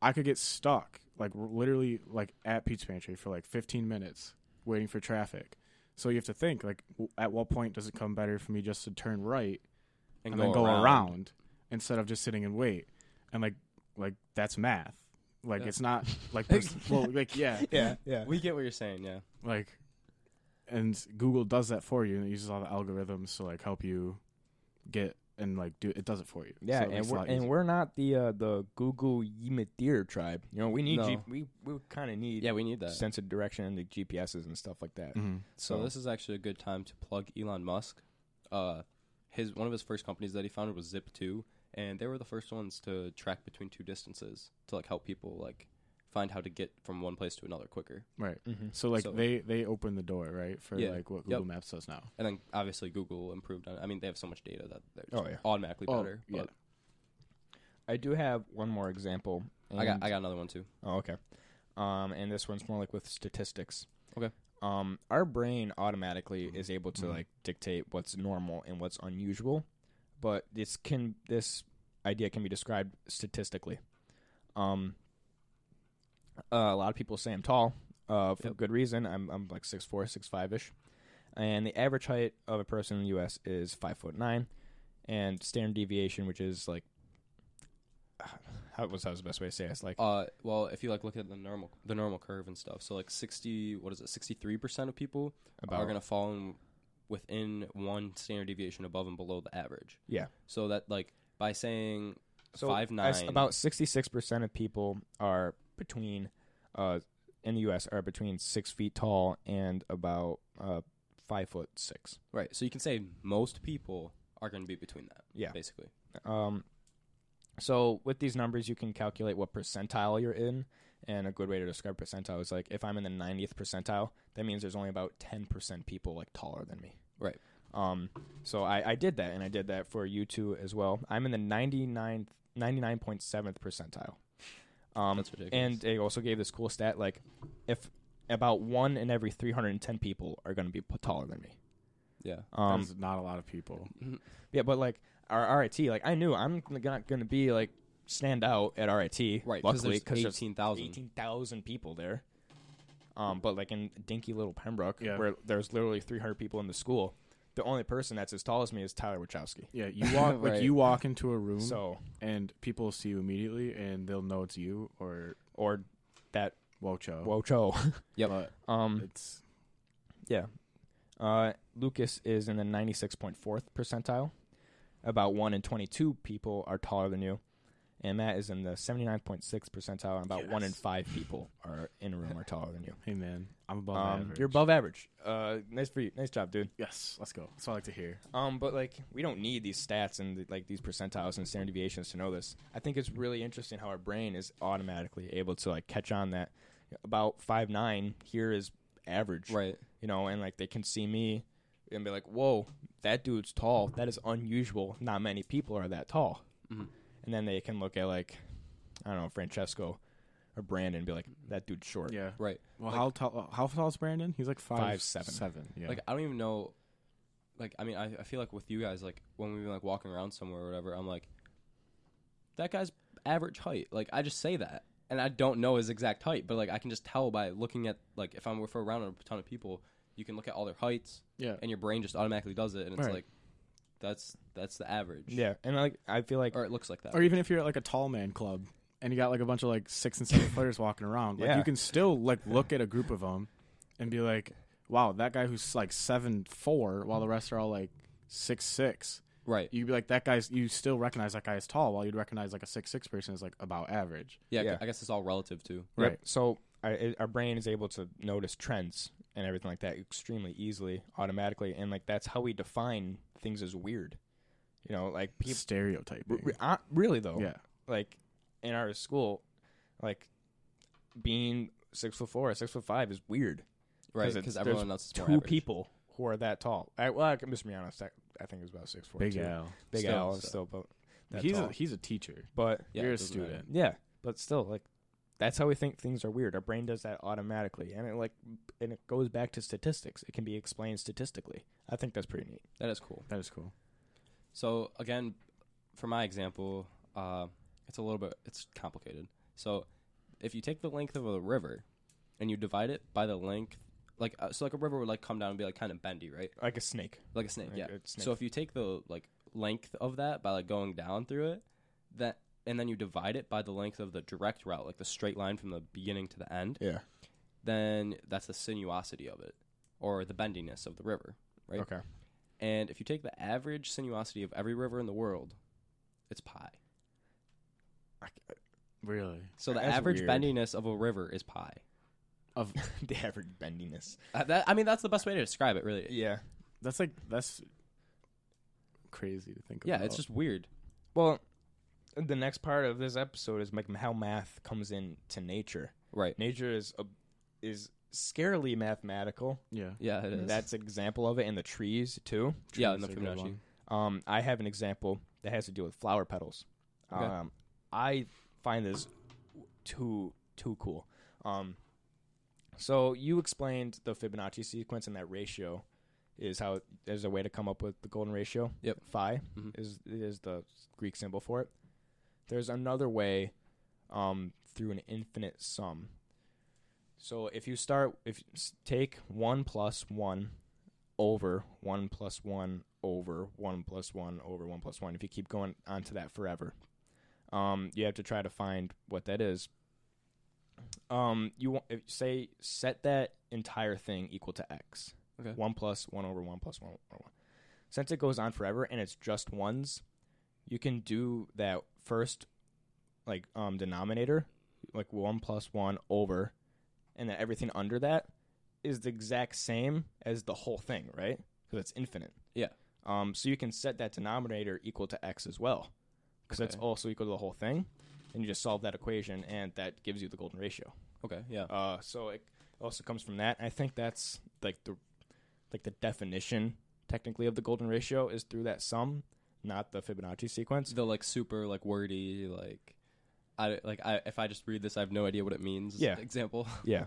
Speaker 2: I could get stuck, like r- literally, like at Pete's Pantry for like 15 minutes waiting for traffic. So you have to think, like, w- at what point does it come better for me just to turn right and, then go around. instead of just sitting and wait? And like, like that's math. Like
Speaker 3: Yeah.
Speaker 2: it's not like pers- well, like yeah,
Speaker 1: Yeah, yeah.
Speaker 3: We get what you're saying, yeah.
Speaker 2: like and google does that for you and it uses all the algorithms to like help you get and like do it does it for you
Speaker 1: Yeah,
Speaker 2: So it
Speaker 1: and
Speaker 2: makes it a
Speaker 1: we're
Speaker 2: lot
Speaker 1: and
Speaker 2: easier.
Speaker 1: we're not the uh, the Google Yimatir tribe. You know, we need
Speaker 3: No.
Speaker 1: G- we we kind of need
Speaker 3: Yeah, we need that.
Speaker 1: sense of direction and the GPSs and stuff like that.
Speaker 2: Mhm.
Speaker 3: So
Speaker 1: So-
Speaker 3: this is actually a good time to plug Elon Musk. Uh, his one of his first companies that he founded was Zip2, and they were the first ones to track between two distances to like help people like find how to get from one place to another quicker.
Speaker 2: right
Speaker 1: Mm-hmm.
Speaker 2: so like
Speaker 3: So-
Speaker 2: they they open the door right for
Speaker 3: Yeah.
Speaker 2: like what
Speaker 3: Yep.
Speaker 2: google maps does now
Speaker 3: And then obviously Google improved on. I mean, they have so much data that they're just
Speaker 1: Oh, yeah.
Speaker 3: automatically better.
Speaker 2: yeah.
Speaker 3: But
Speaker 1: I do have one more example.
Speaker 3: I got
Speaker 1: and-
Speaker 3: I got another one too.
Speaker 1: Oh, okay. Um, and this one's more like with statistics.
Speaker 3: Okay. Mm-hmm.
Speaker 1: Um, our brain automatically is able to
Speaker 2: Mhm.
Speaker 1: like dictate what's normal and what's unusual, but this can this idea can be described statistically. Um, uh, a lot of people say I'm tall, uh, for
Speaker 3: Yep.
Speaker 1: good reason. I'm I'm like six four, six five ish, and the average height of a person in the U.S. is five foot nine, and standard deviation, which is like How was that was the best way to say it? It's like
Speaker 3: Uh, well, if you like look at the normal the normal curve and stuff, so like sixty, what is it, sixty three percent of people are
Speaker 1: about
Speaker 3: gonna fall in within one standard deviation above and below the average.
Speaker 1: Yeah.
Speaker 3: So that like by saying
Speaker 1: so
Speaker 3: five
Speaker 1: I s-
Speaker 3: nine
Speaker 1: About sixty six percent of people are between, uh, in the U.S. are between six feet tall and about uh five foot six.
Speaker 3: right, so you can say most people are gonna be between that.
Speaker 1: Yeah.
Speaker 3: Basically.
Speaker 1: Um, so with these numbers, you can calculate what percentile you're in. And a good way to describe percentile is like if I'm in the 90th percentile, that means there's only about 10% people like taller than me.
Speaker 3: Right.
Speaker 1: Um, so I, I did that, and I did that for you two as well. I'm in the 99th, 99.7th percentile. Um,
Speaker 3: That's ridiculous.
Speaker 1: and they also gave this cool stat like if about one in every 310 people are going to be p- taller than me.
Speaker 3: yeah.
Speaker 1: Um,
Speaker 2: That's not a lot of people.
Speaker 1: yeah, but like our RIT, like I knew I'm not going to be like stand out at RIT.
Speaker 3: Right, because
Speaker 1: luckily
Speaker 3: there's
Speaker 1: because there's
Speaker 3: eighteen thousand.
Speaker 1: eighteen thousand people there. Um, but like in dinky little Pembroke,
Speaker 2: Yeah.
Speaker 1: where there's literally 300 people in the school, the only person that's as tall as me is Tyler Wachowski.
Speaker 2: Yeah, you walk like
Speaker 3: Right.
Speaker 2: you walk into a room
Speaker 1: So,
Speaker 2: and people see you immediately and they'll know it's you or
Speaker 1: or that
Speaker 3: Oh.
Speaker 2: Wocho.
Speaker 1: Wocho.
Speaker 3: Yep.
Speaker 2: But
Speaker 1: um,
Speaker 2: it's
Speaker 1: yeah. Uh, Lucas is in the 96.4th percentile. About one in 22 people are taller than you. And Matt is in the 79.6th percentile, and about one in
Speaker 2: Yes.
Speaker 1: five people are in a room are taller than you.
Speaker 2: hey man, I'm above
Speaker 1: Um,
Speaker 2: average.
Speaker 1: you're above average. Uh, nice for you. Nice job, dude.
Speaker 2: Yes, let's go. That's what I like to hear.
Speaker 1: Um, but like we don't need these stats and the, like these percentiles and standard deviations to know this. I think it's really interesting how our brain is automatically able to like catch on that. About five nine here is average,
Speaker 3: Right.
Speaker 1: You know, and like they can see me and be like, "Whoa, that dude's tall. That is unusual. Not many people are that tall."
Speaker 3: Mhm.
Speaker 1: And then they can look at like, I don't know, Francesco or Brandon and be like, "That dude's short."
Speaker 2: Yeah.
Speaker 3: Right.
Speaker 2: Well,
Speaker 3: Like-
Speaker 2: how tall? How tall is Brandon? He's like five,
Speaker 1: Five, seven.
Speaker 2: seven. Yeah.
Speaker 3: Like I don't even know. Like I mean, I, I feel like with you guys, like when we've been like walking around somewhere or whatever, I'm like, that guy's average height. Like I just say that, and I don't know his exact height, but like I can just tell by looking at like if I'm if we're around a ton of people, you can look at all their heights,
Speaker 2: yeah.
Speaker 3: and your brain just automatically does it, and it's
Speaker 2: Right.
Speaker 3: like, that's that's the average.
Speaker 1: Yeah, and like I feel like
Speaker 3: Or it looks like that.
Speaker 2: Or even if you're at like a tall man club and you got like a bunch of like six and seven players walking around, like
Speaker 1: Yeah.
Speaker 2: you can still like look at a group of them and be like, "Wow, that guy who's like seven four, while the rest are all like six six.
Speaker 3: right.
Speaker 2: You'd be like, "That guy's." You still recognize that guy as tall, while you'd recognize like a six six person as like about average.
Speaker 3: Yeah,
Speaker 1: Yeah.
Speaker 3: I guess it's all relative too.
Speaker 1: Yep.
Speaker 2: Right.
Speaker 1: So our, it- our brain is able to notice trends and everything like that extremely easily, automatically, and like that's how we define things as weird. You know, like people.
Speaker 2: Stereotyping.
Speaker 1: uh, really
Speaker 3: oh,
Speaker 1: though,
Speaker 2: yeah.
Speaker 1: like in our school, like being six foot four or six foot five is weird.
Speaker 3: Right.
Speaker 1: 'Cause it's-
Speaker 3: Because
Speaker 1: there's
Speaker 3: everyone else is more
Speaker 1: Two
Speaker 3: average.
Speaker 1: people who are that tall. I, well, I can just be honest. I, I think it was about six four.
Speaker 2: Big
Speaker 1: two.
Speaker 2: Al.
Speaker 1: Big
Speaker 3: Still,
Speaker 1: Al is
Speaker 3: so.
Speaker 1: still about that
Speaker 2: He's
Speaker 1: tall.
Speaker 2: a, he's a teacher.
Speaker 1: but
Speaker 3: Yeah,
Speaker 2: you're
Speaker 3: it
Speaker 2: a
Speaker 3: doesn't matter.
Speaker 2: student.
Speaker 1: Yeah, but still, like that's how we think things are weird. Our brain does that automatically, and it like and it goes back to statistics. It can be explained statistically. I think that's pretty neat.
Speaker 3: That is cool.
Speaker 2: That is cool.
Speaker 3: So again, for my example, uh, it's a little bit it's complicated. So if you take the length of a river and you divide it by the length, like uh, so, like a river would like come down and be like kind of bendy, right?
Speaker 1: Like a snake.
Speaker 3: Like a snake.
Speaker 1: Like
Speaker 3: Yeah.
Speaker 1: a snake.
Speaker 3: So if you take the like length of that by like going down through it, that and then you divide it by the length of the direct route, like the straight line from the beginning to the end,
Speaker 1: yeah.
Speaker 3: then that's the sinuosity of it or the bendiness of the river. Right.
Speaker 1: Okay.
Speaker 3: And if you take the average sinuosity of every river in the world, it's pi.
Speaker 2: Really.
Speaker 3: So the
Speaker 1: That's
Speaker 3: average
Speaker 1: weird.
Speaker 3: bendiness of a river is pi.
Speaker 2: Of
Speaker 1: the average bendiness.
Speaker 3: Uh, that- I mean, that's the best way to describe it, really.
Speaker 1: Yeah.
Speaker 2: that's like that's crazy to think
Speaker 3: Yeah,
Speaker 2: about.
Speaker 3: it's just weird.
Speaker 1: Well, the next part of this episode is like how math comes in to nature.
Speaker 3: Right.
Speaker 1: Nature is a, is scarily mathematical.
Speaker 2: yeah.
Speaker 3: Yeah, it is.
Speaker 1: That's an example of it, and the trees too.
Speaker 3: yeah, in
Speaker 2: Trees
Speaker 3: the
Speaker 2: are a good
Speaker 3: Fibonacci.
Speaker 2: one.
Speaker 1: Um, I have an example that has to do with flower petals.
Speaker 3: Okay.
Speaker 1: Um, I find this too too cool. Um, so you explained the Fibonacci sequence and that ratio is how there's a way to come up with the golden ratio.
Speaker 3: Yep.
Speaker 1: phi
Speaker 3: Mhm.
Speaker 1: is is the Greek symbol for it. There's another way um, through an infinite sum. So if you start, if you s- take one plus one over one plus one over one plus one over one plus one, if you keep going onto that forever, Um, you have to try to find what that is. Um, you want if, say set that entire thing equal to x.
Speaker 3: Okay.
Speaker 1: One plus one over one plus one over one. Since it goes on forever and it's just ones, you can do that first, like um denominator, like one plus one over, and then everything under that is the exact same as the whole thing, right? Because it's infinite.
Speaker 3: Yeah.
Speaker 1: Um, so you can set that denominator equal to x as well, because that's
Speaker 3: Okay.
Speaker 1: also equal to the whole thing, and you just solve that equation, and that gives you the golden ratio.
Speaker 3: Okay. Yeah.
Speaker 1: Uh, so it also comes from that. I think that's like the like the definition technically of the golden ratio is through that sum, not the Fibonacci sequence.
Speaker 3: the like super like wordy like I like I if I just read this I have no idea what it means.
Speaker 1: Yeah.
Speaker 3: Example.
Speaker 1: Yeah,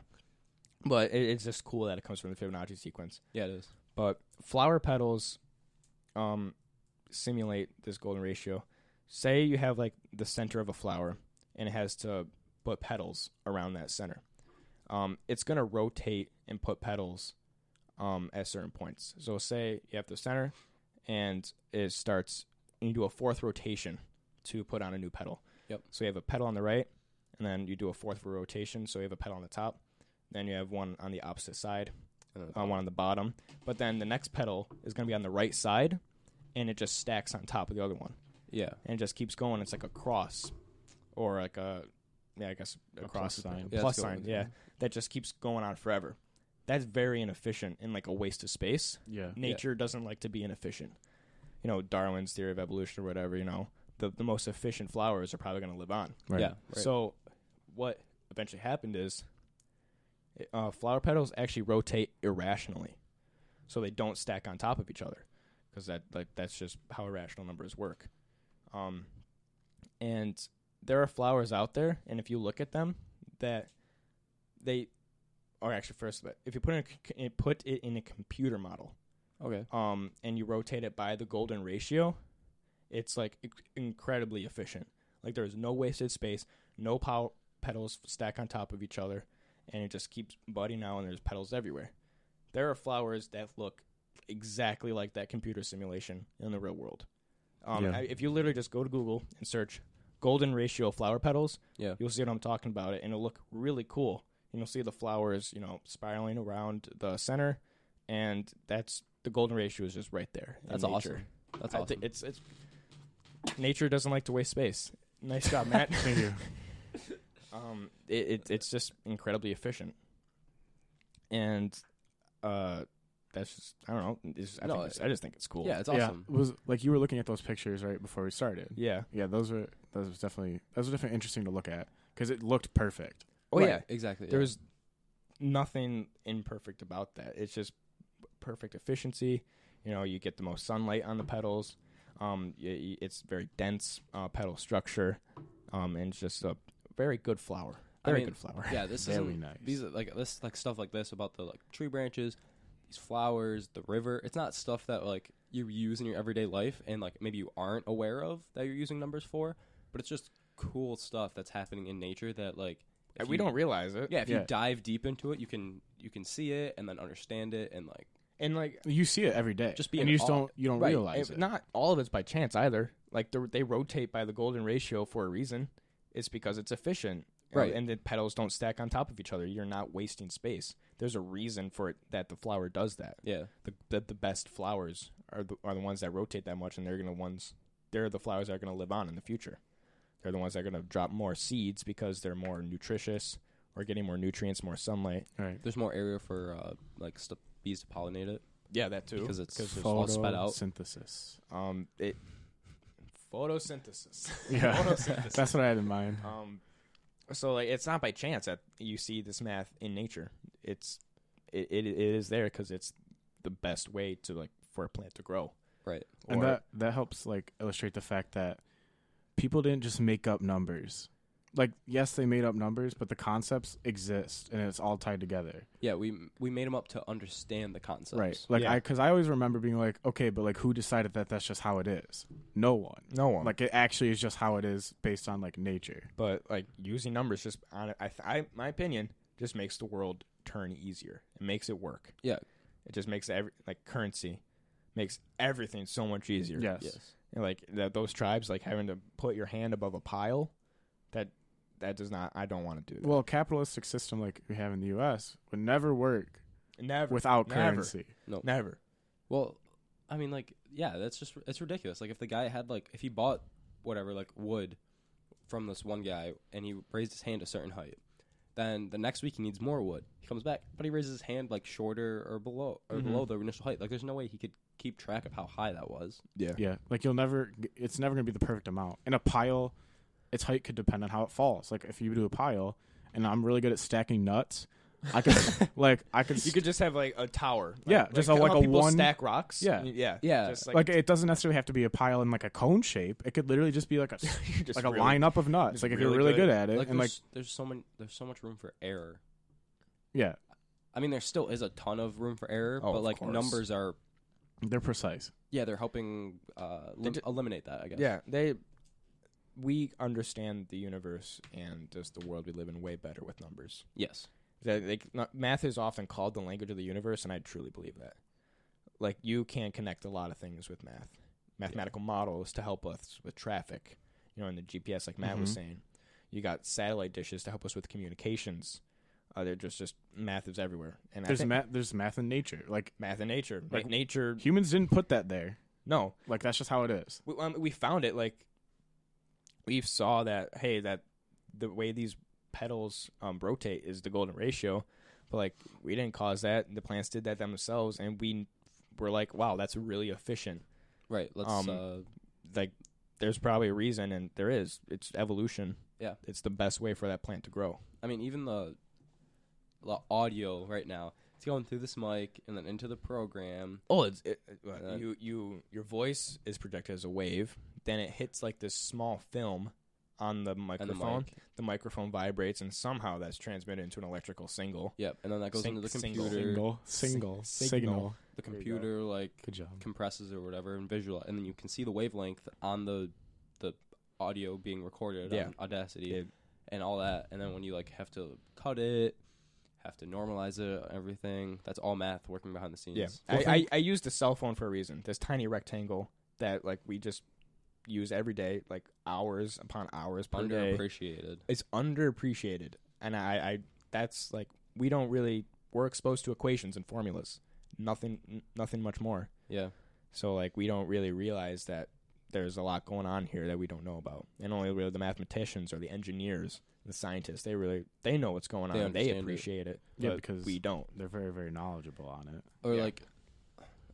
Speaker 1: but it, it's just cool that it comes from the Fibonacci sequence.
Speaker 3: yeah, it is.
Speaker 1: But flower petals, um, simulate this golden ratio. Say you have like the center of a flower, and it has to put petals around that center. Um, it's gonna rotate and put petals, um, at certain points. So say you have the center, and it starts. And you do a fourth rotation to put on a new petal.
Speaker 3: Yep.
Speaker 1: So you have a petal on the right, and then you do a fourth rotation. So you have a petal on the top, then you have one on the opposite side,
Speaker 3: And
Speaker 1: uh, one on the bottom. But then the next pedal is going to be on the right side, and it just stacks on top of the other one,
Speaker 3: Yeah.
Speaker 1: and it just keeps going. It's like a cross, or like a yeah, I guess a,
Speaker 2: A
Speaker 1: cross
Speaker 2: plus sign.
Speaker 3: Yeah,
Speaker 1: plus
Speaker 3: that's a good
Speaker 1: sign,
Speaker 3: one.
Speaker 1: yeah, that just keeps going on forever. That's very inefficient and like a waste of space.
Speaker 2: Yeah.
Speaker 1: Nature doesn't like to be inefficient. You know Darwin's theory of evolution or whatever. You know the the most efficient flowers are probably going to live on.
Speaker 2: Right.
Speaker 3: Yeah. right.
Speaker 1: So, what eventually happened is uh, flower petals actually rotate irrationally, so they don't stack on top of each other, because that like that's just how irrational numbers work. Um, and there are flowers out there, and if you look at them, that they, or actually first, but if you put in a, c- put it in a computer model,
Speaker 3: okay.
Speaker 1: um, and you rotate it by the golden ratio, it's like inc- incredibly efficient. Like there's no wasted space, no power petals stack on top of each other, and it just keeps budding out. And there's petals everywhere. There are flowers that look exactly like that computer simulation in the real world. Um,
Speaker 2: Yeah.
Speaker 1: I- if you literally just go to Google and search golden ratio flower petals,
Speaker 3: Yeah.
Speaker 1: you'll see what I'm talking about. It and it'll look really cool. And you'll see the flowers, you know, spiraling around the center, and that's the golden ratio is just right there. in
Speaker 3: That's
Speaker 1: nature.
Speaker 3: awesome. That's
Speaker 1: I
Speaker 3: awesome.
Speaker 1: think it's it's nature doesn't like to waste space. Nice job, Matt.
Speaker 2: Thank you.
Speaker 1: um, it, it it's just incredibly efficient, and uh, that's just I don't know. It's just- I,
Speaker 3: No,
Speaker 1: think it's, I just think it's cool.
Speaker 3: yeah, it's
Speaker 2: yeah.
Speaker 3: awesome.
Speaker 2: Was like you were looking at those pictures right before we started.
Speaker 1: yeah.
Speaker 2: Yeah, those were those was definitely those were definitely interesting to look at because it looked perfect.
Speaker 3: Oh
Speaker 1: Right.
Speaker 3: yeah, exactly. yeah.
Speaker 1: There's nothing imperfect about that. It's just perfect efficiency. You know, you get the most sunlight on the petals. Um, y- y- it's very dense uh, petal structure, um, and it's just a very good flower.
Speaker 3: I
Speaker 1: Very
Speaker 3: mean,
Speaker 1: good flower.
Speaker 3: yeah, this
Speaker 2: Very
Speaker 3: is
Speaker 2: nice.
Speaker 3: these are, like this like stuff like this about the like tree branches, these flowers, the river. It's not stuff that like you use in your everyday life and like maybe you aren't aware of that you're using numbers for, but it's just cool stuff that's happening in nature that like if
Speaker 1: we
Speaker 3: you-
Speaker 1: don't realize it.
Speaker 3: Yeah, if
Speaker 2: Yeah.
Speaker 3: you dive deep into it, you can you can see it and then understand it and like
Speaker 1: and like
Speaker 2: You see it every day.
Speaker 3: Just be
Speaker 2: and
Speaker 3: in
Speaker 2: you just
Speaker 3: awe.
Speaker 2: don't you don't
Speaker 1: right,
Speaker 2: realize
Speaker 1: it-
Speaker 2: it.
Speaker 1: not all of it's by chance either. Like they're- they rotate by the golden ratio for a reason. It's because it's efficient, you know,
Speaker 3: Right.
Speaker 1: And the petals don't stack on top of each other. You're not wasting space. There's a reason for it that the flower does that.
Speaker 3: yeah,
Speaker 1: the the, the best flowers are the, are the ones that rotate that much, and they're gonna ones they're the flowers that are gonna live on in the future. They're the ones that are gonna drop more seeds because they're more nutritious or getting more nutrients, more sunlight.
Speaker 2: right.
Speaker 3: there's more area for uh, like st- bees to pollinate it
Speaker 1: Yeah, that too.
Speaker 3: because it's
Speaker 1: there's
Speaker 3: all sped out.
Speaker 2: Synthesis.
Speaker 1: um, it photosynthesis.
Speaker 2: Yeah,
Speaker 1: photosynthesis.
Speaker 2: that's what I had in mind.
Speaker 1: Um, so like it's not by chance that you see this math in nature. It's it it, it is there because it's the best way to like for a plant to grow.
Speaker 3: Right.
Speaker 2: and
Speaker 1: Or-
Speaker 2: that that helps like illustrate the fact that people didn't just make up numbers like yes they made up numbers but the concepts exist and it's all tied together
Speaker 3: Yeah, we we made them up to understand the concepts.
Speaker 2: right like
Speaker 1: Yeah.
Speaker 2: i because i always remember being like okay but like who decided that that's just how it is no one
Speaker 1: No one
Speaker 2: like it actually is just how it is based on like nature
Speaker 1: but like using numbers just on I, th- I my opinion just makes the world turn easier it makes it work
Speaker 3: Yeah.
Speaker 1: it just makes every like currency makes everything so much easier
Speaker 2: yes
Speaker 3: Yes.
Speaker 1: like that those tribes like having to put your hand above a pile that that does not I don't want to do that.
Speaker 2: Well, capitalistic system like we have in the U.S. would never work
Speaker 1: never
Speaker 2: without
Speaker 1: Never.
Speaker 2: currency.
Speaker 1: never.
Speaker 3: Well, I mean, like, yeah, that's just it's ridiculous. Like, if the guy had like, if he bought whatever like wood from this one guy and he raised his hand a certain height, then the next week he needs more wood. He comes back, but he raises his hand like shorter or below or
Speaker 1: Mhm.
Speaker 3: below the initial height. Like, there's no way he could keep track of how high that was.
Speaker 2: Yeah, like you'll never. It's never gonna be the perfect amount. In a pile, its height could depend on how it falls. Like if you do a pile, and I'm really good at stacking nuts, I could like I could.
Speaker 1: You could just have like a tower. Like,
Speaker 2: Yeah, just a-
Speaker 1: how
Speaker 2: like a
Speaker 1: people
Speaker 2: one-
Speaker 1: stack rocks.
Speaker 2: Yeah.
Speaker 1: yeah,
Speaker 3: Yeah.
Speaker 1: Just
Speaker 2: like,
Speaker 1: like,
Speaker 2: it doesn't necessarily have to be a pile in like a cone shape. It could literally just be like a s-
Speaker 1: you're just
Speaker 2: like a
Speaker 1: really-
Speaker 2: lineup of nuts.
Speaker 1: just
Speaker 2: Like if you're
Speaker 1: really
Speaker 2: really
Speaker 1: good.
Speaker 2: good at it,
Speaker 3: Like,
Speaker 2: and like
Speaker 3: there's, there's so many, there's so much room for error.
Speaker 2: yeah,
Speaker 3: I mean, there still is a ton of room for error,
Speaker 1: Oh,
Speaker 3: but
Speaker 1: of
Speaker 3: like
Speaker 1: course.
Speaker 3: numbers are,
Speaker 2: they're precise.
Speaker 3: yeah, they're helping uh, lim-
Speaker 1: ju-
Speaker 3: eliminate that. I guess.
Speaker 1: Yeah, they. We understand the universe and just the world we live in way better with numbers.
Speaker 3: Yes.
Speaker 1: That like not, math is often called the language of the universe, and I truly believe that. Like you can connect a lot of things with math, mathematical models to help us with traffic. You know, in the GPS, like Matt was
Speaker 2: Mhm.
Speaker 1: saying, you got satellite dishes to help us with communications. Uh, they're just just math is everywhere, and I
Speaker 2: There's
Speaker 1: think
Speaker 2: math. There's math in nature. Like
Speaker 1: math and nature. Like,
Speaker 2: Like-
Speaker 1: nature,
Speaker 2: humans didn't put that there.
Speaker 1: no,
Speaker 2: Like that's just how it is.
Speaker 1: we, um, we found it like we saw that hey that the way these petals um, rotate is the golden ratio but like we didn't cause that the plants did that themselves and we were like wow that's really efficient
Speaker 3: Right. Let's.
Speaker 1: Um,
Speaker 3: uh,
Speaker 1: like there's probably a reason and there is it's evolution
Speaker 3: Yeah.
Speaker 1: it's the best way for that plant to grow
Speaker 3: I mean, even the the audio right now. It's going through this mic and then into the program.
Speaker 1: oh it's it,
Speaker 3: uh,
Speaker 1: you you your voice is projected as a wave then it hits like this small film on the
Speaker 3: And the
Speaker 1: microphone
Speaker 3: mic.
Speaker 1: the microphone vibrates and somehow that's transmitted into an electrical single
Speaker 3: Yep. And then that goes
Speaker 1: Sing-
Speaker 3: into the
Speaker 1: single.
Speaker 3: computer.
Speaker 2: Single,
Speaker 1: Single. Signal.
Speaker 2: single, signal.
Speaker 3: The
Speaker 1: There you go.
Speaker 3: computer like
Speaker 2: Good job.
Speaker 3: compresses or whatever and visual, and then you can see the wavelength on the the audio being recorded
Speaker 1: Yeah.
Speaker 3: on Audacity
Speaker 1: Yeah.
Speaker 3: and all that. And then when you like have to cut it, have to normalize it, everything. That's all math working behind the scenes.
Speaker 1: Yeah,
Speaker 2: Well,
Speaker 1: I, I,
Speaker 2: thank-
Speaker 1: I used a cell phone for a reason. This tiny rectangle that like we just use every day, like hours upon hours per day.
Speaker 3: Underappreciated.
Speaker 1: It's underappreciated, and I, I that's like we don't really we're exposed to equations and formulas, nothing n- nothing much more.
Speaker 3: Yeah.
Speaker 1: So like we don't really realize that there's a lot going on here that we don't know about, and only really the mathematicians or the engineers, the scientists, they really they know what's going
Speaker 3: They
Speaker 1: on. They
Speaker 3: understand it.
Speaker 1: appreciate it.
Speaker 2: Yeah,
Speaker 1: but
Speaker 2: because-
Speaker 1: we don't.
Speaker 2: They're very, very knowledgeable on it.
Speaker 3: or
Speaker 1: Yeah.
Speaker 3: like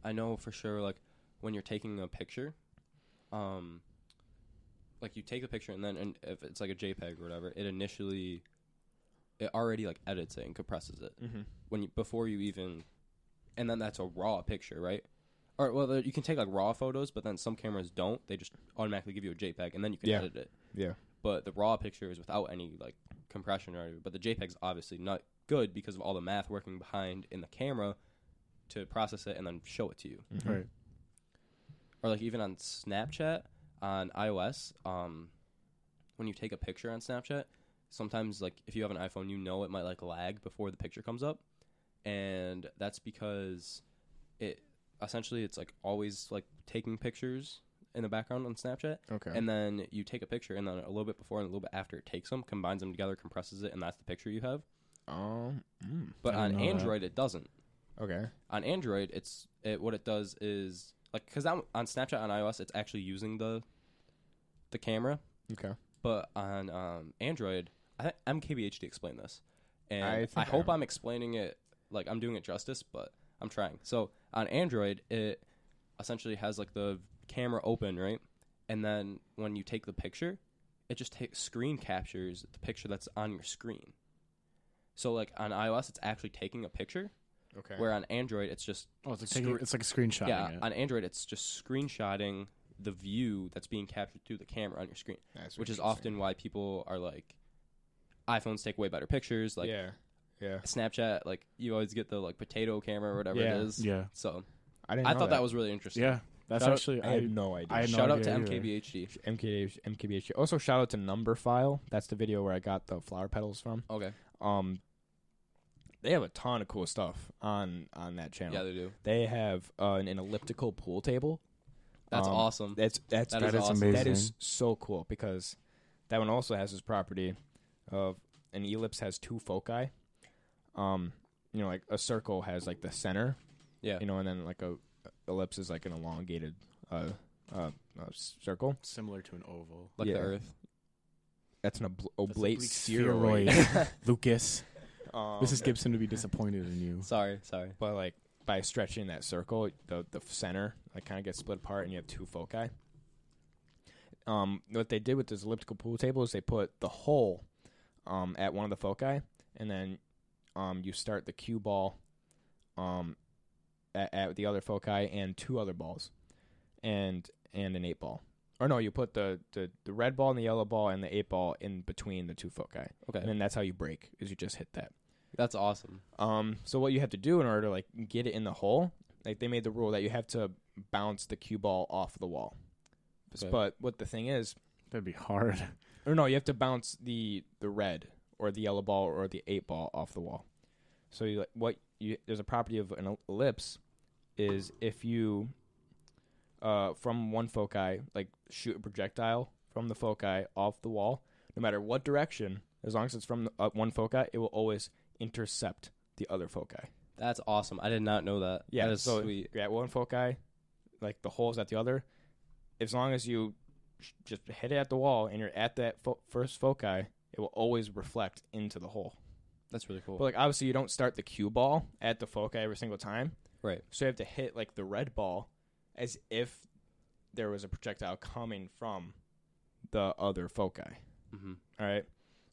Speaker 3: i know for sure like when you're taking a picture um like you take a picture and then and if it's like a jpeg or whatever it initially it already like edits it and compresses it
Speaker 1: Mm-hmm.
Speaker 3: when you before you even and then that's a raw picture right or well there- you can take like raw photos but then some cameras don't they just automatically give you a jpeg and then you can
Speaker 1: Yeah.
Speaker 3: edit it
Speaker 1: Yeah.
Speaker 3: but the raw picture is without any like compression or but the jpeg's obviously not good because of all the math working behind in the camera to process it and then show it to you
Speaker 1: Mhm.
Speaker 2: Right.
Speaker 3: or like even on snapchat on ios um when you take a picture on snapchat sometimes like if you have an iphone you know it might like lag before the picture comes up and that's because it essentially it's like always like taking pictures in the background on snapchat
Speaker 1: Okay.
Speaker 3: and then you take a picture, and then a little bit before and a little bit after it takes them, combines them together, compresses it, and that's the picture you have.
Speaker 1: um. mm,
Speaker 3: But
Speaker 2: I
Speaker 3: on
Speaker 2: didn't know that.
Speaker 3: Android, it doesn't.
Speaker 1: okay.
Speaker 3: On Android, it's it, what it does is like because on Snapchat on iOS, it's actually using the the camera,
Speaker 1: Okay.
Speaker 3: but on um, Android, I think MKBHD explained this, and
Speaker 1: I
Speaker 3: I,
Speaker 1: think I
Speaker 3: hope
Speaker 1: remember.
Speaker 3: I'm explaining it like I'm doing it justice, but I'm trying. So on Android, it essentially has like the camera open, right, and then when you take the picture, it just ta- screen captures the picture that's on your screen. So like on iOS, it's actually taking a picture,
Speaker 1: Okay.
Speaker 3: where on Android, it's just
Speaker 2: Oh, it's like
Speaker 3: Screw-
Speaker 2: taking, it's like a screenshot.
Speaker 3: yeah, on Android, it's just screenshotting the view that's being captured through the camera on your screen
Speaker 1: That's
Speaker 3: which is
Speaker 1: interesting.
Speaker 3: often why people are like iPhones take way better pictures like
Speaker 1: yeah, yeah.
Speaker 3: Snapchat like you always get the like potato camera or whatever
Speaker 1: Yeah.
Speaker 3: it is
Speaker 2: yeah,
Speaker 3: so
Speaker 1: I didn't.
Speaker 3: I
Speaker 1: know
Speaker 3: thought that. was really interesting
Speaker 2: yeah. That's
Speaker 3: Shout out-
Speaker 2: actually
Speaker 1: I
Speaker 2: I,
Speaker 1: had no idea.
Speaker 2: I had no
Speaker 3: shout out to
Speaker 2: idea either.
Speaker 3: MKBHD
Speaker 1: MKBH, MKBH. Also, shout out to Number File. That's the video where I got the flower petals from.
Speaker 3: okay
Speaker 1: Um, they have a ton of cool stuff on on that channel.
Speaker 3: yeah they do
Speaker 1: They have uh, an, an elliptical pool table
Speaker 3: That's
Speaker 1: Um,
Speaker 3: awesome.
Speaker 1: That's that's
Speaker 3: That is
Speaker 1: that is
Speaker 3: awesome.
Speaker 1: That is
Speaker 2: amazing.
Speaker 1: so cool because that one also has this property of an ellipse has two foci. Um, you know, like a circle has like the center,
Speaker 3: Yeah.
Speaker 1: you know, and then like a ellipse is like an elongated uh uh, uh circle.
Speaker 2: Similar to an oval.
Speaker 3: like
Speaker 1: yeah.
Speaker 3: the Earth.
Speaker 1: That's an obl- oblate
Speaker 2: oblique
Speaker 1: spheroid.
Speaker 2: Lucas,
Speaker 1: Um,
Speaker 2: Mrs. Gibson would be disappointed in you.
Speaker 3: Sorry, sorry.
Speaker 1: but like by stretching that circle, the the center like kind of gets split apart, and you have two foci. Um, what they did with this elliptical pool table is they put the hole, um, at one of the foci, and then, um, you start the cue ball, um, at, at the other foci and two other balls, and and an eight ball. Or no, you put the, the, the red ball and the yellow ball and the eight ball in between the two foci, and
Speaker 3: Okay.
Speaker 1: then that's how you break is you just hit that.
Speaker 3: That's awesome.
Speaker 1: Um, so what you have to do in order to like get it in the hole, like they made the rule that you have to bounce the cue ball off the wall.
Speaker 3: Okay.
Speaker 1: But what the thing is,
Speaker 2: That'd be hard.
Speaker 1: or no, you have to bounce the the red or the yellow ball or the eight ball off the wall. So you like what you there's a property of an ellipse is if you uh from one foci like shoot a projectile from the foci off the wall, no matter what direction, as long as it's from the, uh, one foci, it will always intercept the other foci.
Speaker 3: That's awesome. I did not know that.
Speaker 1: Yeah,
Speaker 3: That is
Speaker 1: so
Speaker 3: sweet.
Speaker 1: you're at one foci, like the hole's at the other. As long as you sh- just hit it at the wall and you're at that fo- first foci, it will always reflect into the hole.
Speaker 3: That's really cool.
Speaker 1: But like obviously, you don't start the cue ball at the foci every single time,
Speaker 3: Right.
Speaker 1: So you have to hit like the red ball as if there was a projectile coming from the other foci.
Speaker 3: hmm
Speaker 1: All right.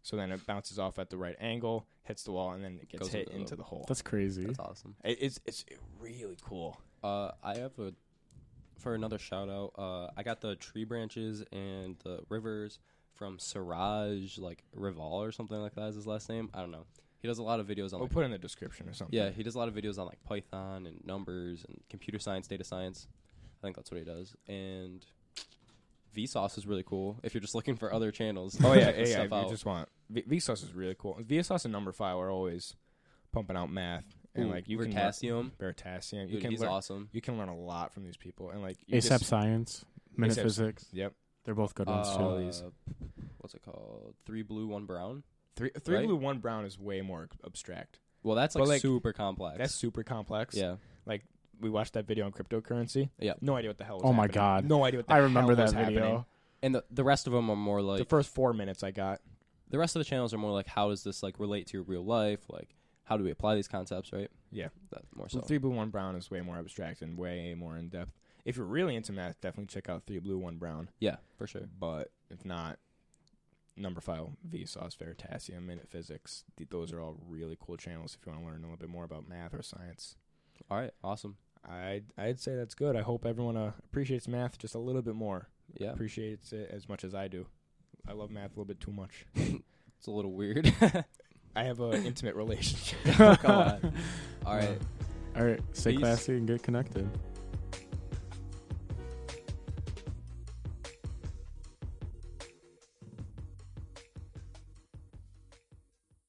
Speaker 1: So then it bounces off at the right angle, hits the wall, and then it gets
Speaker 3: Goes
Speaker 1: hit
Speaker 3: into the-
Speaker 1: into the hole.
Speaker 2: That's crazy.
Speaker 3: That's awesome.
Speaker 1: It- It's it's really cool.
Speaker 3: Uh, I have a for another shout out. Uh, I got the tree branches and the rivers from Siraj like Rival or something like that is his last name. I don't know. He does a lot of videos on
Speaker 1: We'll
Speaker 3: like,
Speaker 1: put it in the description or something.
Speaker 3: yeah, he does a lot of videos on like Python and numbers and computer science, data science. I think that's what he does. And Vsauce is really cool if you're just looking for other channels. to
Speaker 1: Oh yeah,
Speaker 3: check
Speaker 1: yeah.
Speaker 3: this
Speaker 1: yeah
Speaker 3: stuff
Speaker 1: if
Speaker 3: out.
Speaker 1: you just want v- Vsauce is really cool. Vsauce and Numberphile are always pumping out math and
Speaker 3: Ooh,
Speaker 1: like you
Speaker 3: Vertasium.
Speaker 1: can learn, Veritasium. You
Speaker 3: Dude,
Speaker 1: can
Speaker 3: he's
Speaker 1: learn.
Speaker 3: awesome.
Speaker 1: You can learn a lot from these people and like you
Speaker 2: ASAP
Speaker 1: just-
Speaker 2: E Science, Minute
Speaker 1: ASAP
Speaker 2: Physics.
Speaker 1: Yep.
Speaker 2: They're both good ones
Speaker 1: all
Speaker 2: too.
Speaker 1: these.
Speaker 3: Uh, What's it called? Three blue, one brown.
Speaker 1: Three three
Speaker 3: Right?
Speaker 1: blue one brown is way more abstract.
Speaker 3: Well, that's
Speaker 1: But,
Speaker 3: like,
Speaker 1: like,
Speaker 3: super complex.
Speaker 1: That's super complex.
Speaker 3: yeah.
Speaker 1: We watched that video on cryptocurrency.
Speaker 3: Yeah.
Speaker 1: No idea what the hell. Was
Speaker 2: Oh my
Speaker 1: happening.
Speaker 2: God.
Speaker 1: No idea what the
Speaker 2: I remember
Speaker 1: hell was
Speaker 2: that video.
Speaker 1: happening.
Speaker 3: And the, the rest of them are more like
Speaker 1: the first four minutes I got.
Speaker 3: the rest of the channels are more like how does this like relate to your real life? Like how do we apply these concepts, right?
Speaker 1: Yeah.
Speaker 3: That more
Speaker 1: So
Speaker 3: so.
Speaker 1: three blue one brown is way more abstract and way more in depth. If you're really into math, definitely check out three blue one brown.
Speaker 3: yeah, for sure.
Speaker 1: but if not, number file Vsauce, Veritasium, Minute Physics. th- Those are all really cool channels if you want to learn a little bit more about math or science.
Speaker 3: All right, awesome.
Speaker 1: I'd I'd say that's good. I hope everyone uh, appreciates math just a little bit more.
Speaker 3: Yeah,
Speaker 1: Appreciates it as much as I do. I love math a little bit too much.
Speaker 3: it's a little weird.
Speaker 1: I have an intimate relationship.
Speaker 3: Come on. All right.
Speaker 2: All right, stay
Speaker 3: Peace.
Speaker 2: classy and get connected.